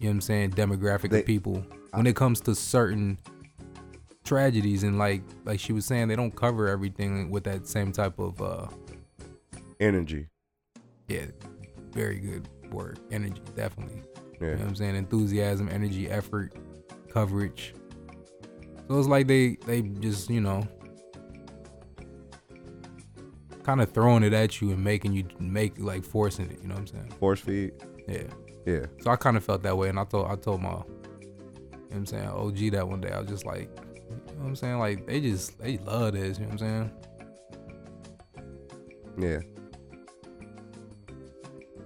C: you know what I'm saying, demographic of people. When it comes to certain tragedies and like like she was saying, they don't cover everything with that same type of uh
D: Energy.
C: yeah, very good word. Energy, definitely. You
D: Yeah.
C: know what I'm saying? Enthusiasm, energy, effort, coverage. So it's like they they just, you know, kind of throwing it at you and making you make like forcing it, you know what I'm saying?
D: Force feed.
C: Yeah.
D: Yeah.
C: So I kind of felt that way and I told I told my you know what I'm saying, OG that one day. I was just like, you know what I'm saying? Like they just they love this, you know what I'm saying?
D: Yeah.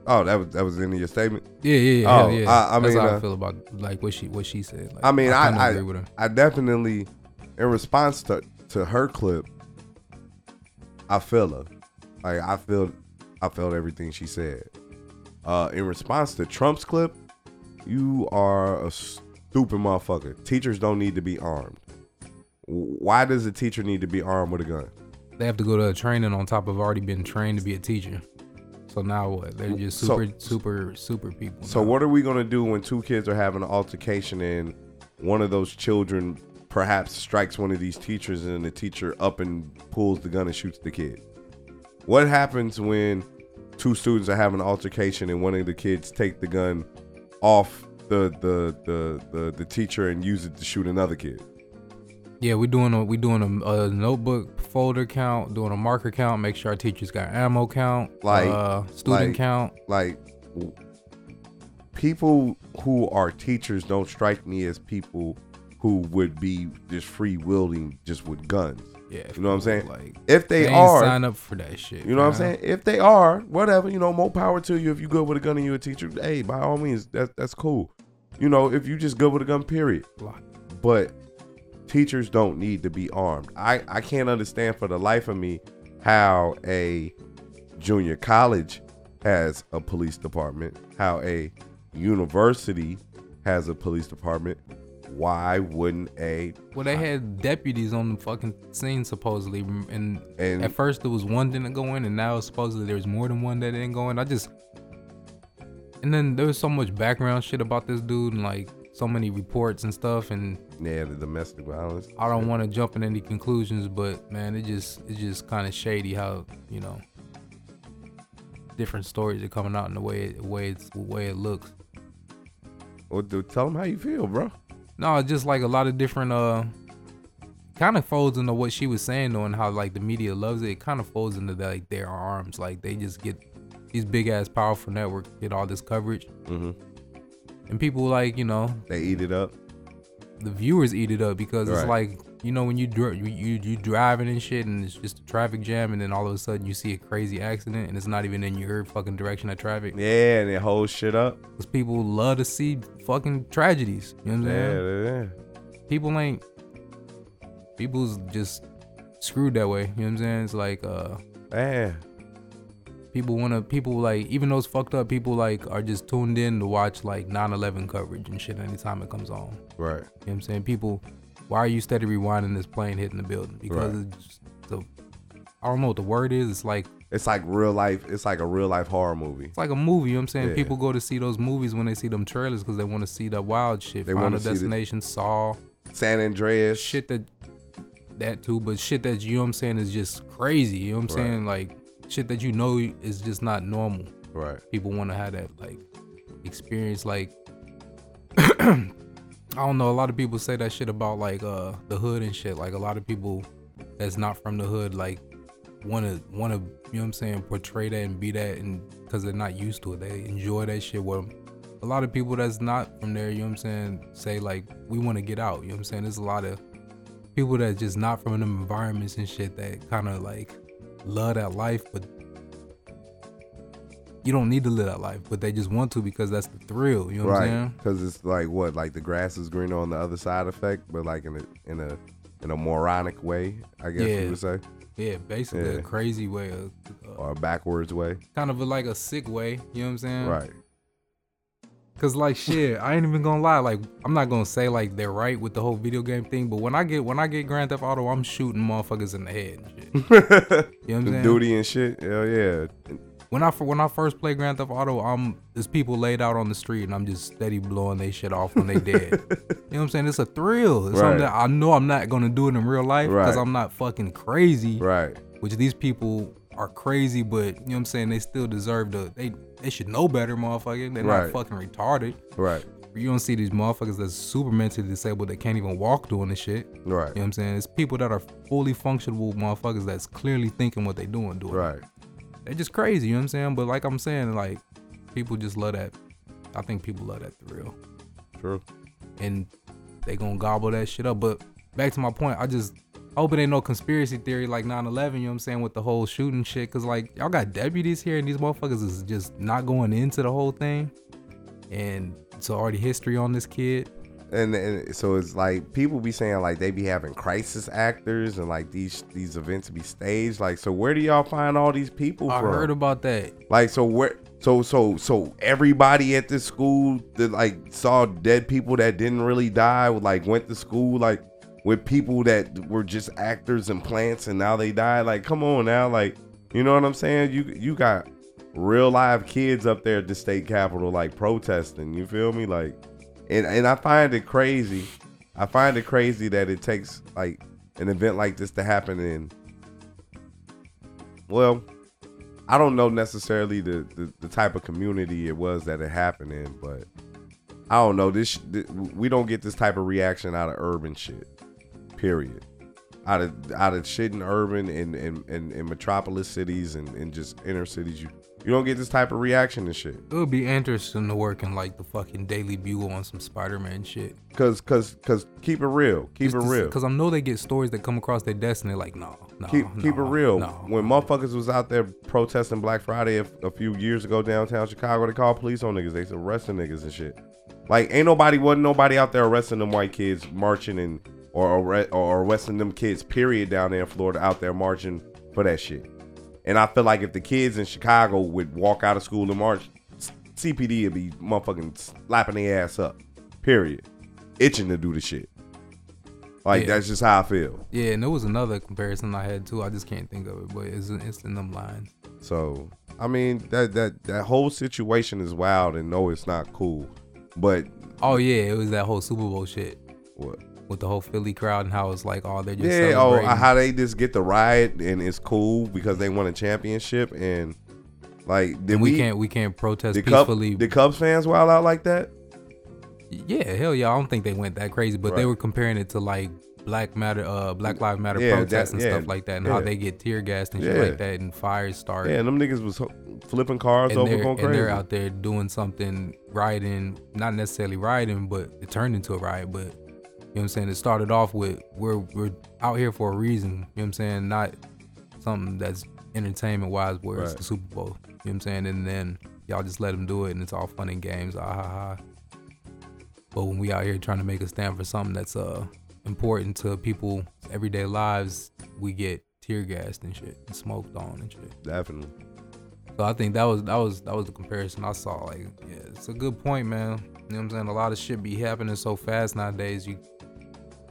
D: Oh, that was that was the end of your statement.
C: Yeah, yeah, yeah.
D: Oh,
C: hell yeah.
D: I, I
C: That's
D: mean,
C: how
D: uh,
C: I feel about like what she what she said. Like,
D: I mean, I
C: kinda
D: I,
C: agree with her.
D: I definitely, in response to to her clip, I feel her. Like I feel, I felt everything she said. Uh, in response to Trump's clip, you are a stupid motherfucker. Teachers don't need to be armed. Why does a teacher need to be armed with a gun?
C: They have to go to a training on top of already been trained to be a teacher. So now what? They're just
D: So-
C: super, super, super people.
D: So what are we gonna do when two kids are having an altercation and one of those children perhaps strikes one of these teachers and the teacher up and pulls the gun and shoots the kid? What happens when two students are having an altercation and one of the kids take the gun off the the the the, the teacher and use it to shoot another kid?
C: Yeah, we doing a we doing a, a notebook folder count, doing a marker count, make sure our teachers got ammo count,
D: like
C: uh, student
D: like-
C: count.
D: like w- people who are teachers don't strike me as people who would be just free wielding just with guns
C: Yeah,
D: you know what i'm saying
C: like,
D: if they,
C: they ain't
D: are
C: sign up for that shit,
D: you know what i'm saying
C: bruh.
D: if they are whatever you know more power to you if you good with a gun and you're a teacher hey by all means that, that's cool you know if you just good with a gun period but teachers don't need to be armed i i can't understand for the life of me how a junior college has a police department, how a university has a police department, why wouldn't a
C: Well, they had deputies on the fucking scene supposedly, m- and,
D: And-
C: at first there was one didn't go in, and now supposedly there's more than one that didn't go in. I just, and then there was so much background shit about this dude, and like so many reports and stuff, and
D: yeah, the domestic violence?
C: I don't want to jump in any conclusions, but man, it just it's just kind of shady how you know different stories are coming out in the way it, way it's the way it looks.
D: Well, dude, tell them how you feel, bro.
C: No, just like a lot of different uh kind of folds into what she was saying though and how like the media loves it. It kind of folds into like their arms. Like they just get these big ass powerful networks get all this coverage.
D: Mm-hmm.
C: And people like, you know,
D: they eat it up.
C: The viewers eat it up because it's
D: Right.
C: like, you know, when you, dri- you you you driving and shit and it's just a traffic jam and then all of a sudden you see a crazy accident and it's not even in your fucking direction of traffic.
D: Yeah, and it holds shit up.
C: Cuz people love to see fucking tragedies, you know what I'm saying?
D: Yeah, yeah.
C: people ain't people's just screwed that way. You know what I'm saying? It's like uh
D: Man.
C: People wanna people like even though it's fucked up, people like are just tuned in to watch like 9-11 coverage and shit anytime it comes on.
D: Right.
C: You know what I'm saying? People why are you steady rewinding this plane hitting the building? Because
D: Right.
C: it's just the I don't know what the word is. It's like
D: It's like real life. It's like a real life horror movie.
C: it's like a movie, you know what I'm saying?
D: Yeah.
C: People go to see those movies when they see them trailers because they want to see the wild shit.
D: They
C: Final
D: wanna see the-
C: Destination, Saw,
D: San Andreas,
C: shit that that too, but shit that you know what I'm saying is just crazy. You know what I'm
D: Right.
C: saying? Like shit that you know is just not normal.
D: Right.
C: People want to have that like experience. Like I don't know. A lot of people say that shit about like uh the hood and shit. Like a lot of people that's not from the hood like want to want to you know what I'm saying portray that and be that and because they're not used to it. They enjoy that shit. Well, a lot of people that's not from there. You know what I'm saying say like we want to get out. You know what I'm saying. There's a lot of people that just not from them environments and shit that kind of like love that life, but you don't need to live that life, but they just want to because that's the thrill. You know what I'm
D: right?
C: saying?
D: Because it's like what, like the grass is greener on the other side effect, but like in a in a in a moronic way, I guess
C: Yeah.
D: you would say.
C: Yeah, basically a crazy uh, way, of,
D: or a backwards way.
C: Kind of a, like a sick way. You know what I'm saying?
D: Right.
C: Cause like shit, I ain't even gonna lie. Like I'm not gonna say like they're right with the whole video game thing, but when I get when I get Grand Theft Auto, I'm shooting motherfuckers in the head. And shit. you know what I'm
D: The
C: saying?
D: duty and shit. Hell yeah.
C: When I fir- when I first played Grand Theft Auto, I'm there's people laid out on the street and I'm just steady blowing they shit off when they dead. you know what I'm saying? It's a thrill. It's something
D: Right.
C: that I know I'm not gonna do it in real life because
D: Right.
C: I'm not fucking crazy.
D: Right.
C: Which these people are crazy, but you know what I'm saying? They still deserve to. They they should know better, motherfucker. They're
D: Right.
C: not fucking retarded.
D: Right.
C: You don't see these motherfuckers that's super mentally disabled that can't even walk doing this shit.
D: Right.
C: You know what I'm saying? It's people that are fully functional motherfuckers that's clearly thinking what they doing doing.
D: Right.
C: They're just crazy, you know what I'm saying? But like I'm saying, like people just love that. I think people love that thrill.
D: True.
C: And they gonna gobble that shit up. But back to my point, I just I hope it ain't no conspiracy theory like 9-11, you know what I'm saying, with the whole shooting shit. Cause like y'all got deputies here and these motherfuckers is just not going into the whole thing. And it's already history on this kid.
D: And, and so it's like people be saying like they be having crisis actors and like these these events be staged. Like so, where do y'all find all these people
C: I
D: from?
C: heard about that.
D: Like so where so so so everybody at this school that like saw dead people that didn't really die like went to school like with people that were just actors and plants and now they die like come on now like you know what I'm saying you you got real live kids up there at the state capitol like protesting you feel me like and and I find it crazy I find it crazy that it takes like an event like this to happen in well, I don't know necessarily the, the, the type of community it was that it happened in, but I don't know. This sh- th- we don't get this type of reaction out of urban shit. Period. Out of out of shit in urban and and, and, and metropolis cities and, and just inner cities, you you don't get this type of reaction to shit.
C: It would be interesting to work in like the fucking Daily Bugle on some Spider Man shit.
D: Cause cause cause keep it real. Keep it real.
C: Because I know they get stories that come across their desk and they're like, no, no.
D: keep
C: no,
D: keep it real.
C: no.
D: When motherfuckers was out there protesting Black Friday a, a few years ago downtown Chicago, they called police on niggas. They was arresting niggas and shit. Like ain't nobody wasn't nobody out there arresting them white kids marching and or arre- or arresting them kids. Period. Down there in Florida, out there marching for that shit. And I feel like if the kids in Chicago would walk out of school and march, s- CPD would be motherfucking slapping their ass up. Period. Itching to do the shit. Like
C: Yeah.
D: that's just how I feel.
C: Yeah, and there was another comparison I had too. I just can't think of it, but it's, it's in them lines.
D: So I mean that that that whole situation is wild and no, it's not cool. But
C: Oh, yeah, it was that whole Super Bowl shit.
D: What?
C: With the whole Philly crowd and how it's like, oh, they're just
D: yeah, oh,
C: celebrating.
D: how they just get the riot and it's cool because they won a championship and like did
C: And we
D: we
C: can't- we can't protest
D: the Cub-
C: peacefully.
D: the Cubs fans wild out like that?
C: yeah, hell yeah. I don't think they went that crazy, but they
D: Right.
C: were comparing it to like Black Matter, uh, Black Lives Matter
D: Yeah,
C: protests
D: that-
C: and
D: yeah,
C: stuff like that, and how
D: yeah.
C: they get tear gassed and shit
D: Yeah.
C: like that, and fires start.
D: Yeah, and them niggas was ho- flipping cars
C: and
D: over
C: they're,
D: going
C: and
D: crazy.
C: they're out there doing something, rioting, not necessarily rioting, but it turned into a riot. But you know what I'm saying? It started off with we're we're out here for a reason. You know what I'm saying? Not something that's entertainment wise, where it's
D: Right.
C: the Super Bowl. You know what I'm saying? And then y'all just let them do it, and it's all fun and games. Ah ha ha. But when we out here trying to make a stand for something that's uh important to people everyday lives, we get tear gassed and shit, and smoked on and shit.
D: Definitely.
C: So I think that was that was that was the comparison I saw. Like, yeah, it's a good point, man. You know what I'm saying? A lot of shit be happening so fast nowadays. You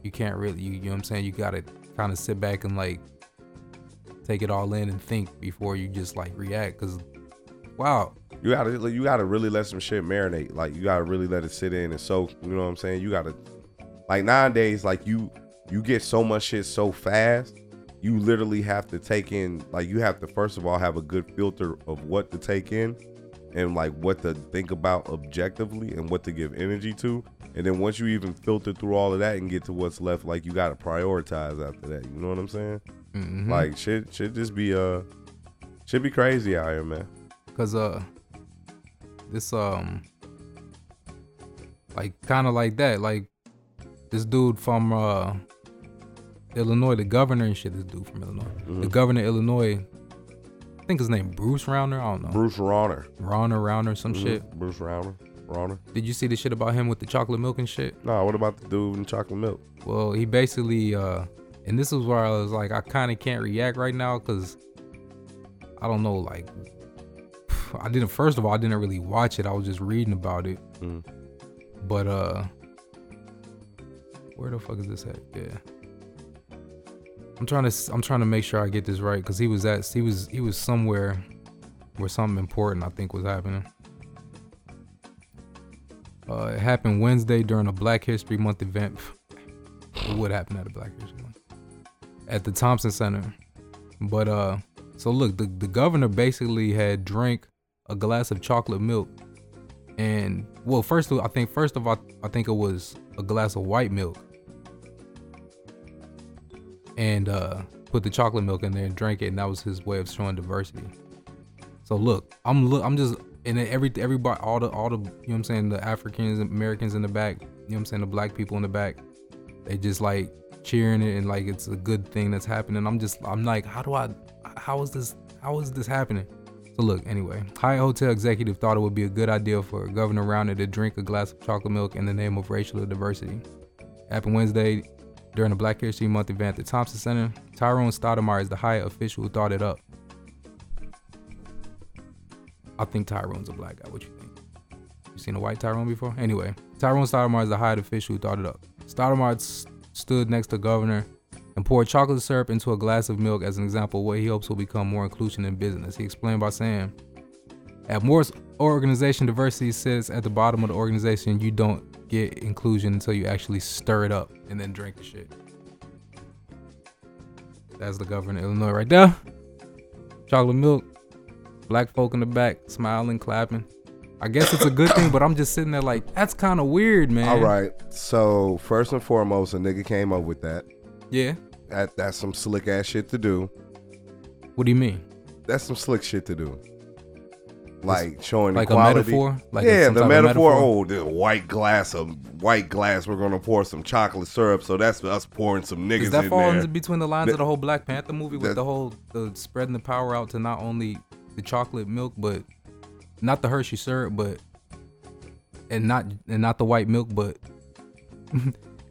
C: you can't really you, you know what I'm saying? You gotta kind of sit back and like take it all in and think before you just like react. Cause wow,
D: You gotta you gotta really let some shit marinate. Like you gotta really let it sit in and soak. You know what I'm saying? You gotta like nowadays, like you you get so much shit so fast, you literally have to take in like you have to first of all have a good filter of what to take in and like what to think about objectively and what to give energy to. And then once you even filter through all of that and get to what's left, like you gotta prioritize after that. You know what I'm saying?
C: Mhm.
D: Like shit should just be uh should be crazy out here, man.
C: Cause uh, this um, like kind of like that. Like this dude from uh
D: Mm-hmm.
C: Illinois, the governor and shit. This dude from Illinois, the governor of Illinois think his name Bruce Rauner. I don't know.
D: Bruce Rauner.
C: Rauner, Rauner, some
D: Mhm.
C: shit.
D: Bruce Rauner. Rauner.
C: Did you see the shit about him with the chocolate milk and shit?
D: Nah, what about the dude in chocolate milk?
C: Well, he basically, uh, and this is where I was like, I kind of can't react right now because I don't know, like, I didn't, first of all, I didn't really watch it. I was just reading about it.
D: Mm.
C: But, uh, where the fuck is this at? Yeah. I'm trying to, s- I'm trying to make sure I get this right because he was at, he was, he was somewhere where something important, I think, was happening. Uh, it happened Wednesday during a Black History Month event. It would happen at a Black History Month at the Thompson Center. But uh, so look, the, the governor basically had drank a glass of chocolate milk, and well, first of I think first of all, I think it was a glass of white milk, and uh, put the chocolate milk in there and drank it, and that was his way of showing diversity. So look, I'm look, I'm just and then every everybody, all the all the you know what I'm saying, the Africans, Americans in the back, you know what I'm saying, the black people in the back, they just like cheering it and like it's a good thing that's happening. I'm just I'm like, how do I, how is this, how is this happening? So look, anyway, Hyatt Hotel executive thought it would be a good idea for Governor Rounder to drink a glass of chocolate milk in the name of racial diversity. Happened Wednesday during a Black History Month event at the Thompson Center. Tyrone Stoudemire is the Hyatt official who thought it up. I think Tyrone's a black guy. What you think? You seen a white Tyrone before? Anyway, Tyrone Stoudemire is the hired official who thought it up. Stoudemire s- stood next to Governor and poured chocolate syrup into a glass of milk as an example of what he hopes will become more inclusion in business. He explained by saying, "At Morris Organization, diversity sits at the bottom of the organization. You don't get inclusion until you actually stir it up and then drink the shit." That's the governor of Illinois right there. Chocolate milk, black folk in the back smiling, clapping. I guess it's a good thing, but I'm just sitting there like, that's kind of weird, man.
D: All right. So first and foremost, a nigga came up with that.
C: Yeah.
D: That that's some slick ass shit to do.
C: What do you mean?
D: That's some slick shit to do. Like showing
C: like a
D: equality.
C: metaphor? Like a-
D: yeah,
C: some
D: the
C: type of
D: metaphor.
C: metaphor?
D: Oh, the white glass of white glass. We're gonna pour some chocolate syrup. So that's us pouring some niggas
C: Because that
D: in
C: falls
D: there.
C: in between the lines
D: Th-
C: of the whole Black Panther movie with
D: that-
C: the whole the spreading the power out to not only the chocolate milk, but not the Hershey syrup, but and not and not the white milk, but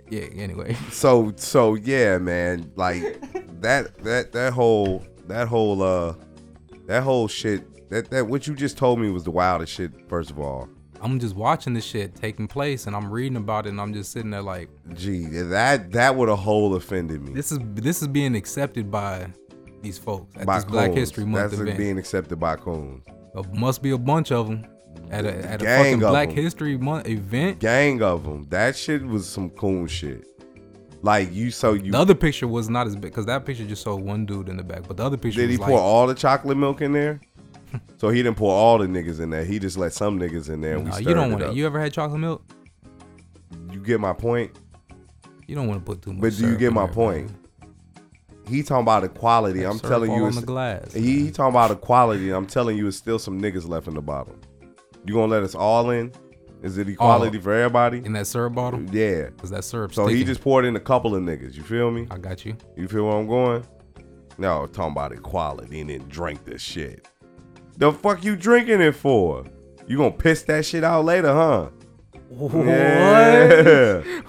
C: yeah. Anyway,
D: so so yeah man like that that that whole that whole uh that whole shit that that what you just told me was the wildest shit first of all
C: I'm just watching this shit taking place, and I'm reading about it, and I'm just sitting there like,
D: gee that that would have whole offended me
C: this is this is being accepted by these folks at
D: by
C: this Black
D: coons.
C: History Month
D: that's
C: event.
D: being accepted by coons
C: Uh, must be a bunch of them at a at a
D: Gang
C: fucking
D: of
C: Black
D: 'em.
C: History Month event.
D: gang of them that shit was some coon shit like you so you
C: The other picture was not as big because that picture just saw one dude in the back, but the other picture
D: did he
C: was like,
D: pour all the chocolate milk in there so he didn't pour all the niggas in there he just let some niggas in there and we
C: "Nah, you
D: stirred
C: don't
D: it
C: want
D: up.
C: it. You ever had chocolate milk?
D: you get my point
C: You don't want to put too much.
D: But do you
C: syrup
D: get
C: in
D: my
C: there,
D: point? He talking about equality.
C: That
D: I'm
C: syrup
D: telling
C: all
D: you,
C: on
D: it's-
C: the glass,
D: He, he talking about equality. I'm telling you, it's still some niggas left in the bottle. You gonna let us all in? Is it equality for everybody?
C: Oh, In that syrup bottle?
D: Yeah.
C: Cause that syrup.
D: So he
C: sticking.
D: just poured in a couple of niggas. You feel me? I
C: got you.
D: You feel where I'm going? No, talking about equality and then drink this shit. The fuck you drinking it for? You gonna piss that shit out later, huh?
C: What?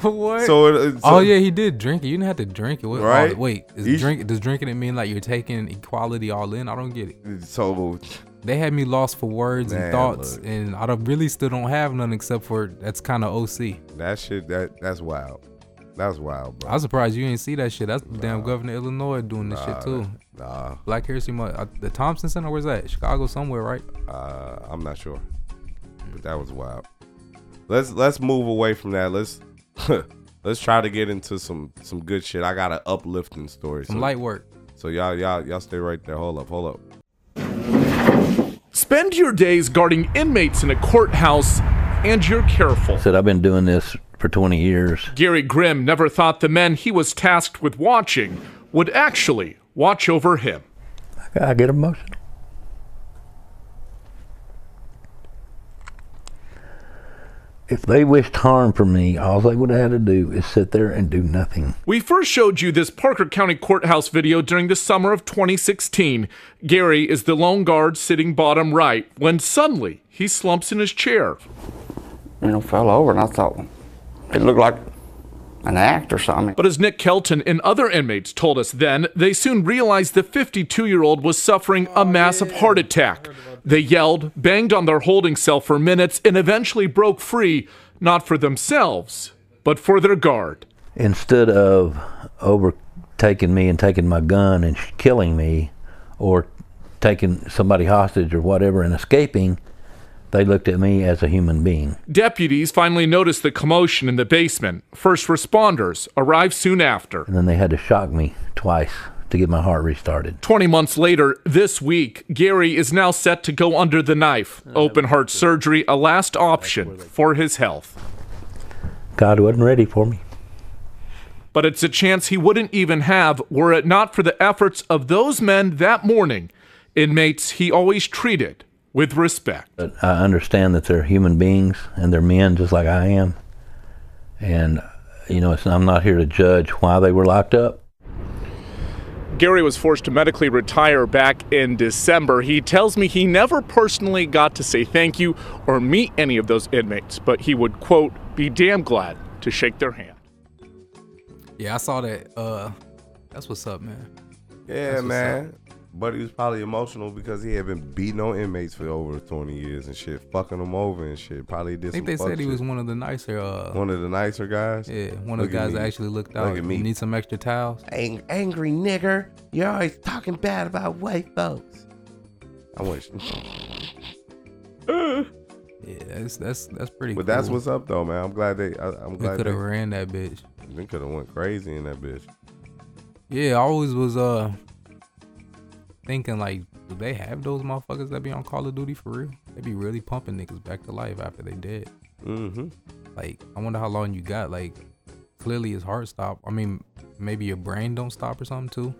C: what?
D: So, it, so
C: oh yeah, he did drink it. You didn't have to drink it. What,
D: Right?
C: oh, wait, is
D: He-
C: drink does drinking it mean like you're taking equality all in? I don't get it.
D: So
C: they had me lost for words
D: Man,
C: and thoughts,
D: look.
C: and I don't, really still don't have none except for that's kind of OC.
D: That shit, that that's wild. That's wild, bro.
C: I'm surprised you ain't see that shit. That's the damn governor of Illinois doing this
D: Nah,
C: shit too.
D: Nah.
C: Black History Month. Uh, the Thompson Center, where's that? Chicago somewhere, right?
D: Uh, I'm not sure, but that was wild. Let's let's move away from that. Let's let's try to get into some some good shit. I got an uplifting story.
C: Some light work.
D: So y'all y'all y'all stay right there. Hold up, hold up.
L: Spend your days guarding inmates in a courthouse, and you're careful.
M: Said, I've been doing this for 20 years.
L: Gary Grimm never thought the men he was tasked with watching would actually watch over him.
M: I get emotional. If they wished harm for me, all they would have had to do is sit there and do nothing.
L: We first showed you this Parker County Courthouse video during the summer of 2016. Gary is the lone guard sitting bottom right when suddenly he slumps in his chair.
N: you know, fell over, and I thought it looked like an act or something.
L: But as Nick Kelton and other inmates told us then, they soon realized the 52 year old was suffering a massive heart attack. They yelled, banged on their holding cell for minutes, and eventually broke free, not for themselves, but for their guard.
M: Instead of overtaking me and taking my gun and sh- killing me or taking somebody hostage or whatever and escaping, they looked at me as a human being.
L: Deputies finally noticed the commotion in the basement. First responders arrived soon after.
M: And then they had to shock me twice to get my heart restarted.
L: 20 months later, this week, Gary is now set to go under the knife. Open heart surgery, a last option for his health.
M: God wasn't ready for me.
L: But it's a chance he wouldn't even have were it not for the efforts of those men that morning, inmates he always treated with respect.
M: But I understand that they're human beings and they're men just like I am. And, you know, it's, I'm not here to judge why they were locked up.
L: Gary was forced to medically retire back in December. He tells me he never personally got to say thank you or meet any of those inmates, but he would, quote, be damn glad to shake their hand.
C: Yeah, I saw that. Uh, that's what's up, man.
D: Yeah,
C: That's what's
D: man. But he was probably emotional because he had been beating on inmates for over 20 years and shit, fucking them over and shit. Probably did
C: I think
D: some
C: they
D: fuck
C: said he
D: shit.
C: was one of the nicer. Uh,
D: one of the nicer guys.
C: Yeah, one of
D: Look at
C: the guys that
D: me.
C: actually looked
D: Look
C: out.
D: at me.
C: You need some extra towels?
I: Ang- angry nigger. You're always talking bad about white folks.
D: I wish.
C: yeah, that's that's that's pretty.
D: But that's
C: cool.
D: what's up though, man. I'm glad they. I, I'm
C: We
D: glad
C: could
D: they
C: have ran that bitch.
D: They could have went crazy in that bitch.
C: Yeah, I always was uh thinking like, do they have those motherfuckers that be on Call of Duty for real? They be really pumping niggas back to life after they dead.
D: Mm-hmm.
C: Like, I wonder how long you got. Like, clearly his heart stopped. I mean, maybe your brain don't stop or something too.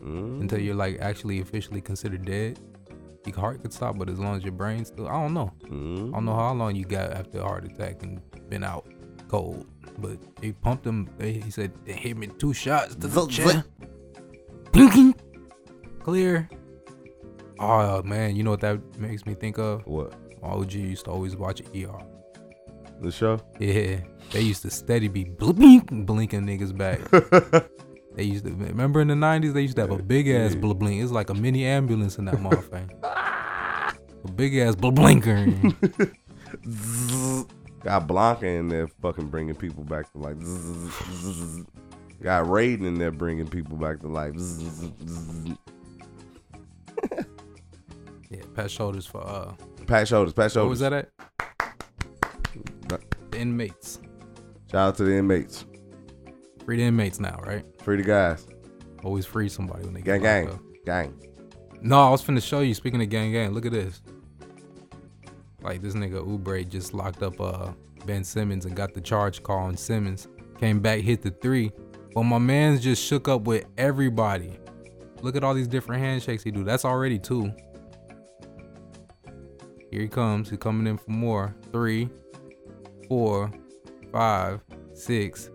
C: Until you're like actually officially considered dead. Your heart could stop, but as long as your brain still, I don't know. I don't know how long you got after a heart attack and been out cold. But they pumped him. They, he said they hit me two shots to the
I: Vo-
C: chest. Clear. Oh man, you know what that makes me think of?
D: What?
C: OG used to always watch ER.
D: The show?
C: Yeah. They used to steady be blink blinking niggas back. they used to remember in the nineties they used to have a big ass bl blink. It's like a mini ambulance in that motherfucker. a big ass bl blinker.
D: Got Blanca in there fucking bringing people back to life. Zzz. Got Raiden in there bringing people back to life. Zzz.
C: yeah, pat shoulders for uh
D: Pat shoulders, pat shoulders.
C: What was that at? The inmates.
D: Shout out to the inmates.
C: Free the inmates now, right?
D: Free the guys.
C: Always free somebody when they
D: Gang,
C: get locked
D: gang,
C: up.
D: gang.
C: No, I was finna show you. Speaking of gang gang, look at this. Like this nigga Ubre just locked up uh Ben Simmons and got the charge call on Simmons. Came back, hit the three. But my man's just shook up with everybody. Look at all these different handshakes he do. That's already two. Here he comes. He's coming in for more. Three, four, five, six.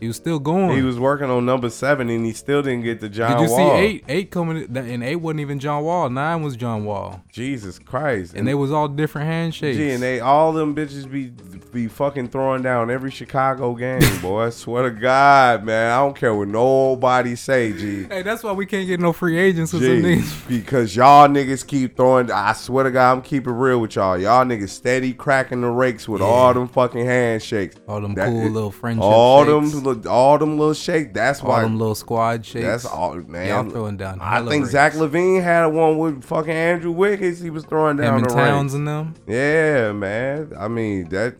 C: He was still going.
D: He was working on number seven and he still didn't get the John
C: Did you
D: Wall.
C: see eight? Eight coming, in- and eight wasn't even John Wall. Nine was John Wall.
D: Jesus Christ!
C: And, they was all different handshakes.
D: Gee, and they all them bitches be be fucking throwing down every Chicago game, boy. I swear to God, man. I don't care what nobody say, G.
C: hey, that's why we can't get no free agents with some
D: Gee,
C: niggas.
D: because y'all niggas keep throwing. I swear to God, I'm keeping real with y'all. Y'all niggas steady cracking the rakes with all them fucking handshakes.
C: All them
D: That-
C: cool little friendship
D: All
C: shakes.
D: them, li- all them little shake. That's
C: All
D: why
C: them little squad shakes.
D: That's all, man.
C: Y'all throwing down
D: I
C: hella
D: think
C: rakes.
D: Zach Levine had one with fucking Andrew Wiggins. He was throwing down
C: Him and
D: the
C: Towns
D: rakes.
C: and them.
D: Yeah, man. I mean that.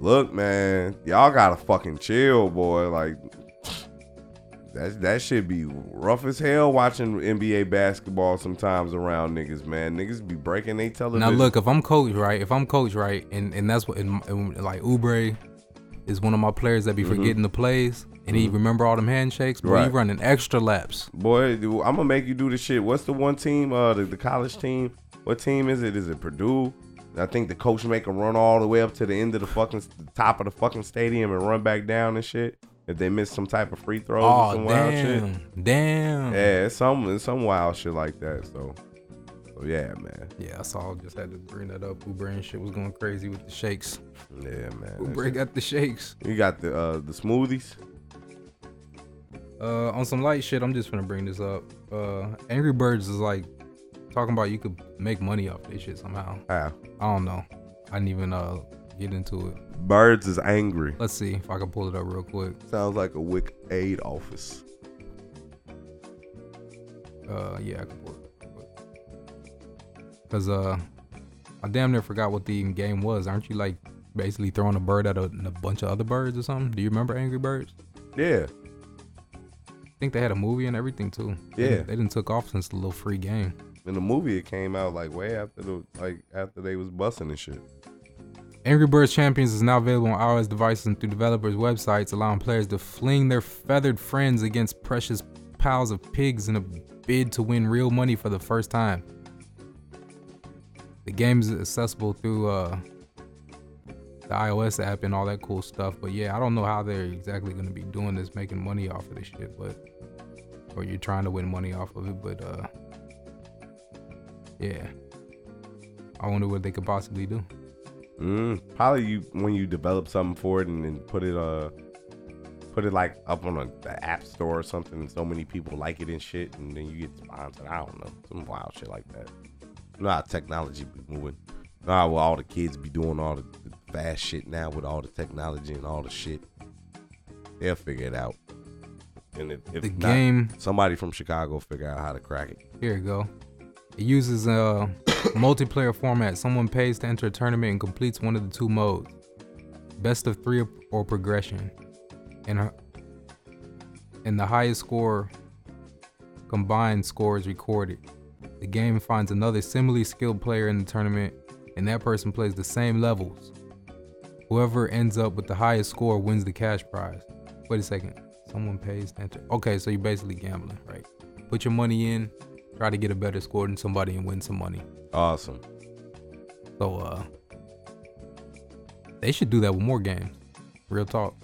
D: Look, man, y'all gotta fucking chill, boy. Like that that should be rough as hell watching NBA basketball sometimes around niggas, man. Niggas be breaking they television.
C: Now look, if I'm coach right, if I'm coach right, and and that's what and, and like Ubre is one of my players that be
D: Mhm.
C: forgetting the plays, and he
D: Mhm.
C: remember all them handshakes, but he
D: Right.
C: running extra laps.
D: boy, I'm gonna make you do the shit. What's the one team? Uh, the, the college team. What team is it? Is it Purdue? I think the coach make them run all the way up to the end of the fucking the top of the fucking stadium and run back down and shit. If they miss some type of free throws
C: Aw,
D: or some wild
C: damn.
D: shit.
C: Damn.
D: Yeah, it's some it's some wild shit like that. So, so yeah, man.
C: Yeah, I saw. Just had to bring that up. Uber and shit was going crazy with the shakes.
D: Yeah, man.
C: Uber got the shakes.
D: You got the uh the smoothies.
C: Uh, on some light shit, I'm just gonna bring this up. Uh, Angry Birds is like talking about you could make money off this shit somehow.
D: How?
C: I don't know. I didn't even uh get into it.
D: Birds is angry.
C: Let's see if I can pull it up real quick.
D: Sounds like a WIC aid office.
C: Uh, yeah, I can pull it. Cause uh, I damn near forgot what the game was. Aren't you like basically throwing a bird at a, a bunch of other birds or something? Do you remember Angry Birds?
D: Yeah.
C: I think they had a movie and everything too. They
D: Yeah.
C: didn't- they didn't took off since the little free game.
D: In the movie, it came out like way after the like after they was busting and shit.
C: Angry Birds Champions is now available on iOS devices and through developers' websites, allowing players to fling their feathered friends against precious piles of pigs in a bid to win real money for the first time. The game is accessible through uh, the iOS app and all that cool stuff. But yeah, I don't know how they're exactly going to be doing this, making money off of this shit, but or you're trying to win money off of it. But uh, yeah, I wonder what they could possibly do.
D: Mm, probably you when you develop something for it and then put it uh put it like up on a, the app store or something and so many people like it and shit and then you get sponsored. I don't know. Some wild shit like that. You know how technology be moving. You know how all the kids be doing all the, the fast shit now with all the technology and all the shit. They'll figure it out. And if, if
C: The
D: not,
C: game-
D: somebody from Chicago figure out how to crack it.
C: Here you go. It uses a multiplayer format. Someone pays to enter a tournament and completes one of the two modes best of three or, or progression. And, a- and the highest score combined score is recorded. The game finds another similarly skilled player in the tournament, and that person plays the same levels. Whoever ends up with the highest score wins the cash prize. Wait a second. Someone pays to enter. Okay, so you're basically gambling, right? Put your money in, try to get a better score than somebody and win some money.
D: Awesome.
C: So uh they should do that with more games. Real talk.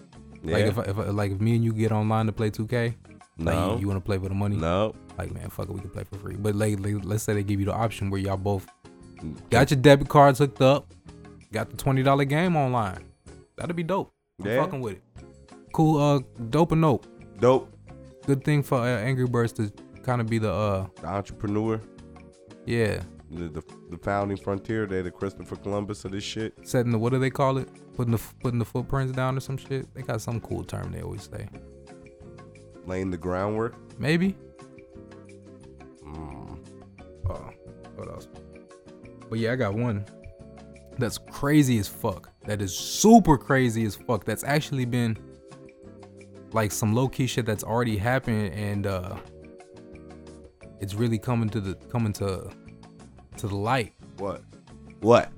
C: Like
D: Yeah.
C: if, I- if I- like if me and you get online to play 2K, like
D: No.
C: you, want to play for the money?
D: No.
C: Like man, fuck it, we can play for free. But like, like, let's say they give you the option where y'all both
D: Mm.
C: got your debit cards hooked up, got the twenty dollar game online. That'd be dope. I'm
D: Yeah.
C: fucking with it. Cool. Uh, dope or nope?
D: Dope.
C: Good thing for uh, Angry Birds to kind of be the uh
D: the entrepreneur.
C: Yeah.
D: The, the, the founding frontier, they the Christopher Columbus of this shit.
C: setting the what do they call it? Putting the putting the footprints down or some shit. They got some cool term they always say.
D: Laying the groundwork.
C: Maybe.
D: Mm.
C: Oh, what else? But yeah, I got one. That's crazy as fuck. That is super crazy as fuck. That's actually been like some low key shit that's already happened and uh it's really coming to the coming to to the light.
D: What? What?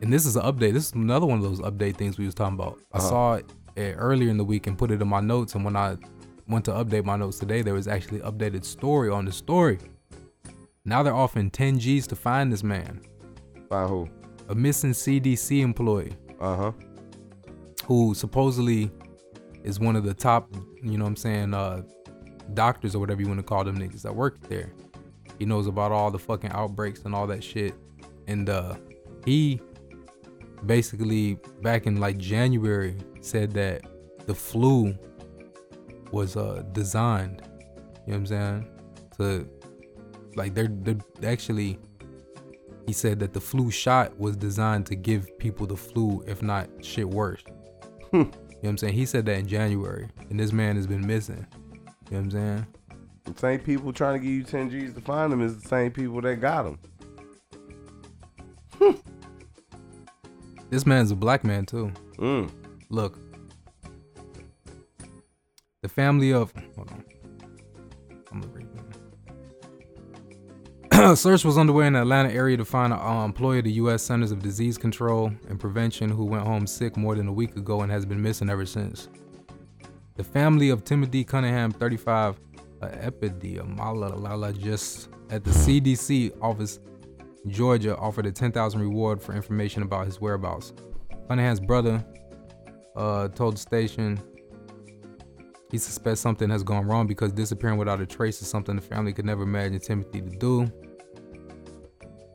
C: And this is an update. This is another one of those update things we was talking about. I
D: Uh-huh.
C: saw it eh, earlier in the week and put it in my notes. And when I went to update my notes today, there was actually updated story on the story. Now they're offering 10 G's to find this man.
D: Find who?
C: A missing CDC employee.
D: Uh huh.
C: Who supposedly is one of the top, you know what I'm saying, uh, doctors or whatever you want to call them niggas that work there. He knows about all the fucking outbreaks and all that shit. And uh, he basically back in like January said that the flu was uh designed, you know what I'm saying? To like they're, they're actually he said that the flu shot was designed to give people the flu, if not shit worse. You know what I'm saying? He said that in January, and this man has been missing. You know what I'm saying?
D: The same people trying to give you 10 G's to find them is the same people that got them.
C: This man's a black man too. Look, the family of hold on, I'm gonna read that. Search was underway in the Atlanta area to find an uh, employee of the U.S. Centers of Disease Control and Prevention who went home sick more than a week ago and has been missing ever since. The family of Timothy Cunningham, 35, an epidemiologist at the CDC office, Georgia, offered a ten thousand reward for information about his whereabouts. Cunningham's brother uh, told the station he suspects something has gone wrong because disappearing without a trace is something the family could never imagine Timothy to do.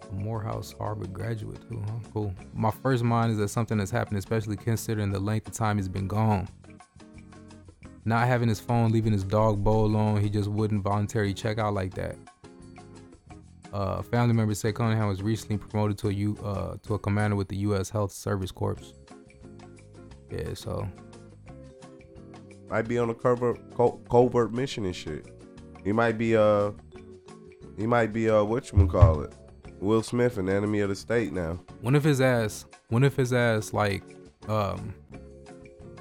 C: A Morehouse Harvard graduate too, huh? Cool. My first mind is that something has happened, especially considering the length of time he's been gone. Not having his phone, leaving his dog bowl alone, he just wouldn't voluntarily check out like that. Uh, family members say Cunningham was recently promoted to a U, uh, to a commander with the U.S. Health Service Corps. Yeah, so
D: might be on a covert co- covert mission and shit. He might be uh he might be uh what you call it? Will Smith, an enemy of the state now.
C: What if his ass? What if his ass like um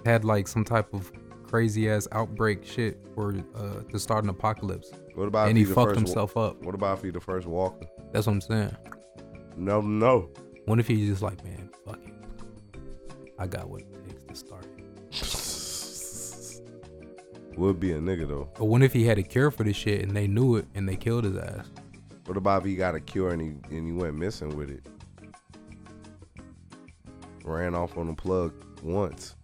C: had like some type of crazy ass outbreak shit for uh to start an apocalypse?
D: What about
C: and
D: if
C: he
D: the
C: fucked
D: first
C: himself
D: wa-
C: up?
D: What about if he the first walker?
C: That's what I'm saying.
D: No, no.
C: What if he's just like, man, fuck it, I got what it takes to start.
D: Would be a nigga though.
C: But what if he had a cure for this shit and they knew it and they killed his ass?
D: What about if he got a cure and he and he went missing with it? Ran off on the plug once.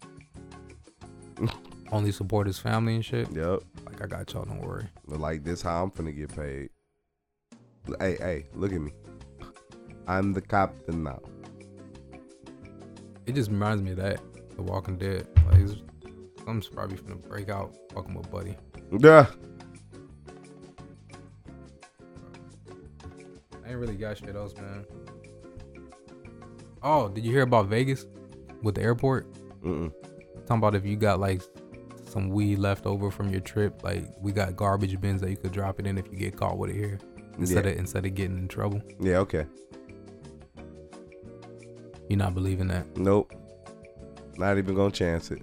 C: Only support his family and shit.
D: Yep.
C: Like I got y'all, don't worry.
D: But like this how I'm finna get paid. Hey, hey, look at me. I'm the captain now.
C: It just reminds me of that. The Walking Dead. Like it's, I'm probably finna break out fucking with Buddy.
D: Yeah.
C: I ain't really got shit else, man. Oh, did you hear about Vegas with the airport?
D: Mm-mm.
C: Talking about if you got like some weed left over from your trip, like we got garbage bins that you could drop it in if you get caught with it here, instead
D: Yeah.
C: of instead of getting in trouble.
D: Yeah, okay.
C: You not believing that?
D: Nope. Not even gonna chance it.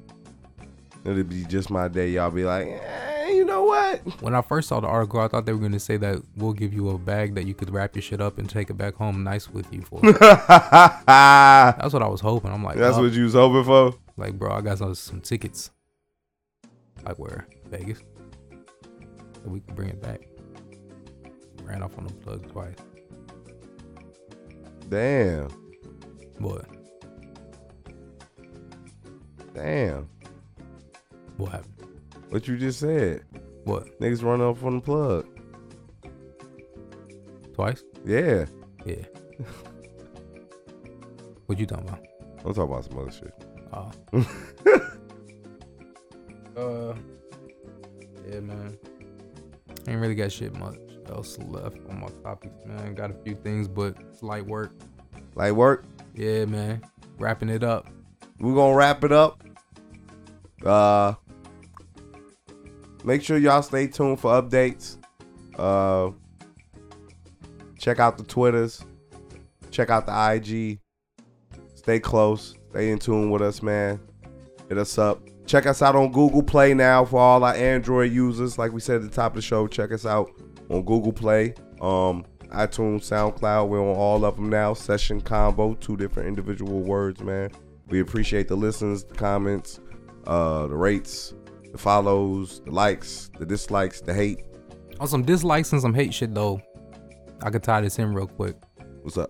D: It'll be just my day. Y'all be like, eh, you know what?
C: When I first saw the article, I thought they were gonna say that we'll give you a bag that you could wrap your shit up and take it back home nice with you for. That's what I was hoping. I'm like,
D: That's
C: oh.
D: what you was hoping for?
C: Like, bro, I got some, some tickets. Like where? Vegas. So we can bring it back. Ran off on the plug twice.
D: Damn.
C: What?
D: Damn.
C: What happened?
D: What you just said.
C: What?
D: Niggas running up on the plug.
C: Twice?
D: Yeah.
C: Yeah. what you talking about?
D: I'm talking about some other shit.
C: Oh. Uh, yeah, man. Ain't really got shit much else left on my topics, man. Got a few things, but it's light work.
D: Light work.
C: Yeah, man. Wrapping it up.
D: We're gonna wrap it up. Uh make sure y'all stay tuned for updates. Uh check out the Twitters. Check out the IG. Stay close. Stay in tune with us, man. Hit us up. Check us out on Google Play now for all our Android users. Like we said at the top of the show, check us out on Google Play, um, iTunes, SoundCloud. We're on all of them now. Session combo, two different individual words, man. We appreciate the listens, the comments, uh, the rates, the follows, the likes, the dislikes, the hate.
C: On some dislikes and some hate shit though, I could tie this in real quick.
D: What's up?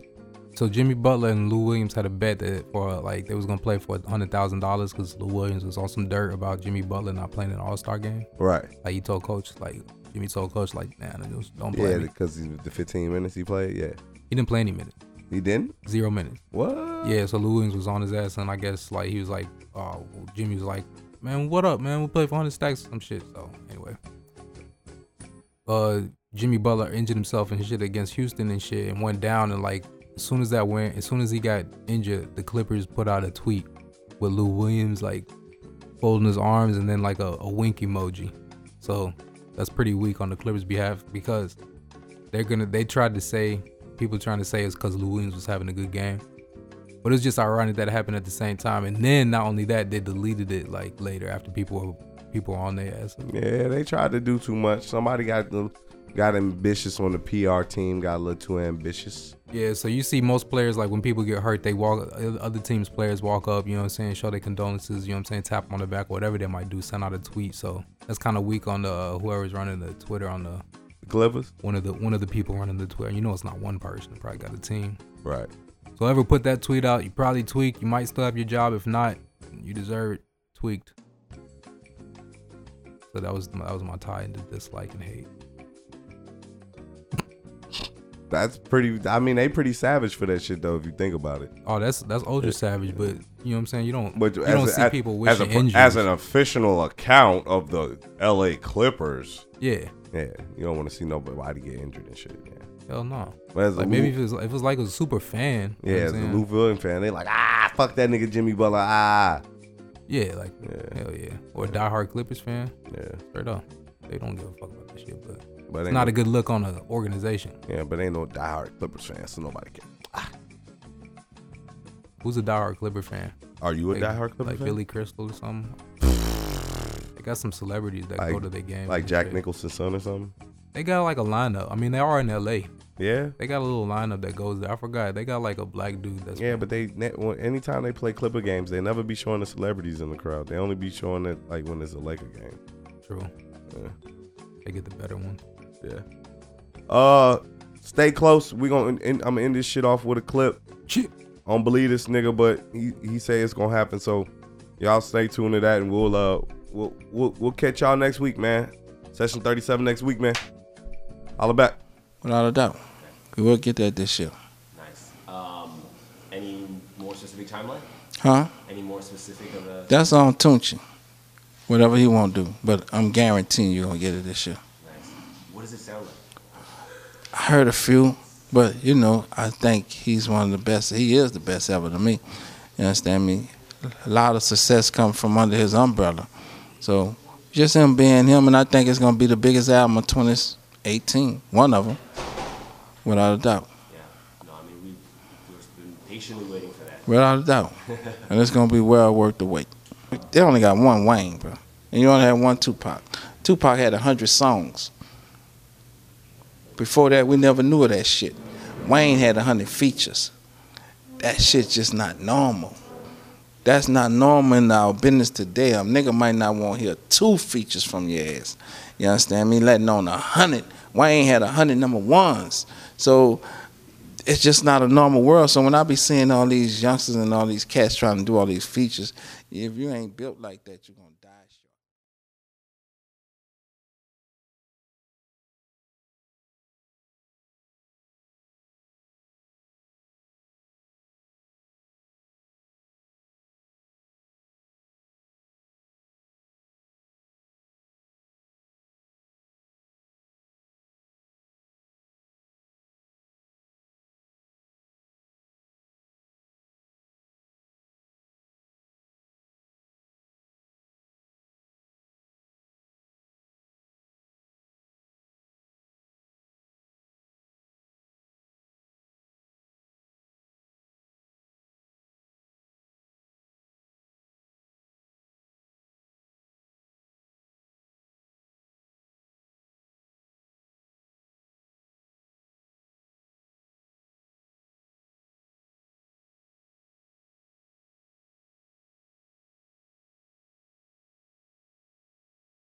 C: So Jimmy Butler and Lou Williams had a bet that for like they was gonna play for hundred thousand dollars because Lou Williams was on some dirt about Jimmy Butler not playing an All Star game.
D: Right.
C: Like he told coach, like Jimmy told coach, like nah, nah, just don't play
D: Yeah,
C: me.
D: because the 15 minutes he played, yeah.
C: He didn't play any minutes.
D: He didn't?
C: Zero minutes.
D: What?
C: Yeah, so Lou Williams was on his ass, and I guess like he was like, oh, well, Jimmy was like, man, what up, man? We play for hundred stacks or some shit. So anyway, uh, Jimmy Butler injured himself and shit against Houston and shit, and went down. And like as soon as that went, as soon as he got injured, the Clippers put out a tweet with Lou Williams like folding his arms and then like a, a wink emoji. So that's pretty weak on the Clippers' behalf because they're gonna they tried to say people trying to say it's because Lou Williams was having a good game. But it's just ironic that it happened at the same time. And then not only that, they deleted it like later after people were people were on their ass.
D: Yeah, they tried to do too much. Somebody got got ambitious on the PR team, got a little too ambitious.
C: Yeah, so you see most players like when people get hurt, they walk other teams players walk up, you know what I'm saying, show their condolences, you know what I'm saying, tap 'em on the back, whatever they might do, send out a tweet. So that's kind of weak on the uh, whoever's running the Twitter on the
D: Clippers?
C: One of the one of the people running the Twitter. You know, it's not one person. It probably got a team.
D: Right.
C: So ever put that tweet out, you probably tweak. You might still have your job. If not, you deserve it. Tweaked. So that was that was my tie into dislike and hate.
D: That's pretty. I mean, they pretty savage for that shit though. If you think about it.
C: Oh, that's that's ultra savage, but you know what I'm saying. You don't
D: But
C: you
D: as
C: don't
D: a-
C: see
D: as-
C: people
D: as,
C: wishing
D: a,
C: injuries.
D: as an official account of the L.A. Clippers.
C: Yeah.
D: Yeah. You don't want to see nobody get injured and shit. Yeah.
C: Hell no.
D: But as a
C: Like maybe if
D: Lou-
C: it was if it was like a super fan. you
D: Yeah,
C: know what
D: as a
C: I'm saying?
D: Lou Williams fan, they like ah fuck that nigga Jimmy Butler ah.
C: Yeah, like hell yeah. Or a diehard Clippers fan.
D: Yeah.
C: Straight up. They don't give a fuck about that shit, but,
D: But
C: it's
D: ain't
C: not
D: no-
C: a good look on an organization.
D: Yeah, but ain't no diehard Clippers fan, so nobody can.
C: Who's a diehard Clipper fan?
D: Are you a
C: like,
D: diehard Clipper
C: like
D: fan?
C: Billy Crystal or something? they got some celebrities that
D: Like,
C: go to their games.
D: like
C: and
D: Jack
C: shit.
D: Nicholson's son or something.
C: They got like a lineup. I mean, they are in L.A.
D: Yeah.
C: They got a little lineup that goes there. I forgot. They got like a black dude that's
D: Yeah, but they ne- when- anytime they play Clipper games, they never be showing the celebrities in the crowd. They only be showing it like when it's a Laker game.
C: true.
D: Yeah.
C: They get the better one.
D: Yeah. Uh, stay close. We gonna end, I'm gonna end this shit off with a clip. I don't believe this nigga, but he he say it's gonna happen. So y'all stay tuned to that, and we'll uh we'll we'll, we'll catch y'all next week, man. Session 37 next week, man. Holla back.
G: Without a doubt, we will get that this year.
O: Nice. Um, any more specific timeline?
G: Huh?
O: Any more specific of a?
G: That's on Tunchi. Whatever he won't do, but I'm guaranteeing you're gonna get it this year.
O: What does it sound like?
G: I heard a few, but you know, I think he's one of the best. He is the best ever to me. You understand me? A lot of success come from under his umbrella. So just him being him, and I think it's gonna be the biggest album of 2018. One of them, without a doubt.
O: No, I mean we've, we've been patiently waiting for that.
G: Without a doubt. and it's gonna be well worth the wait. They only got one Wayne, bro. And you only had one Tupac. Tupac had hundred songs. Before that, we never knew of that shit. Wayne had hundred features. That shit's just not normal. That's not normal in our business today. A nigga might not want to hear two features from your ass. You understand me? Letting on a hundred. Wayne had a hundred number ones. So it's just not a normal world. So when I be seeing all these youngsters and all these cats trying to do all these features, if you ain't built like that, you're gonna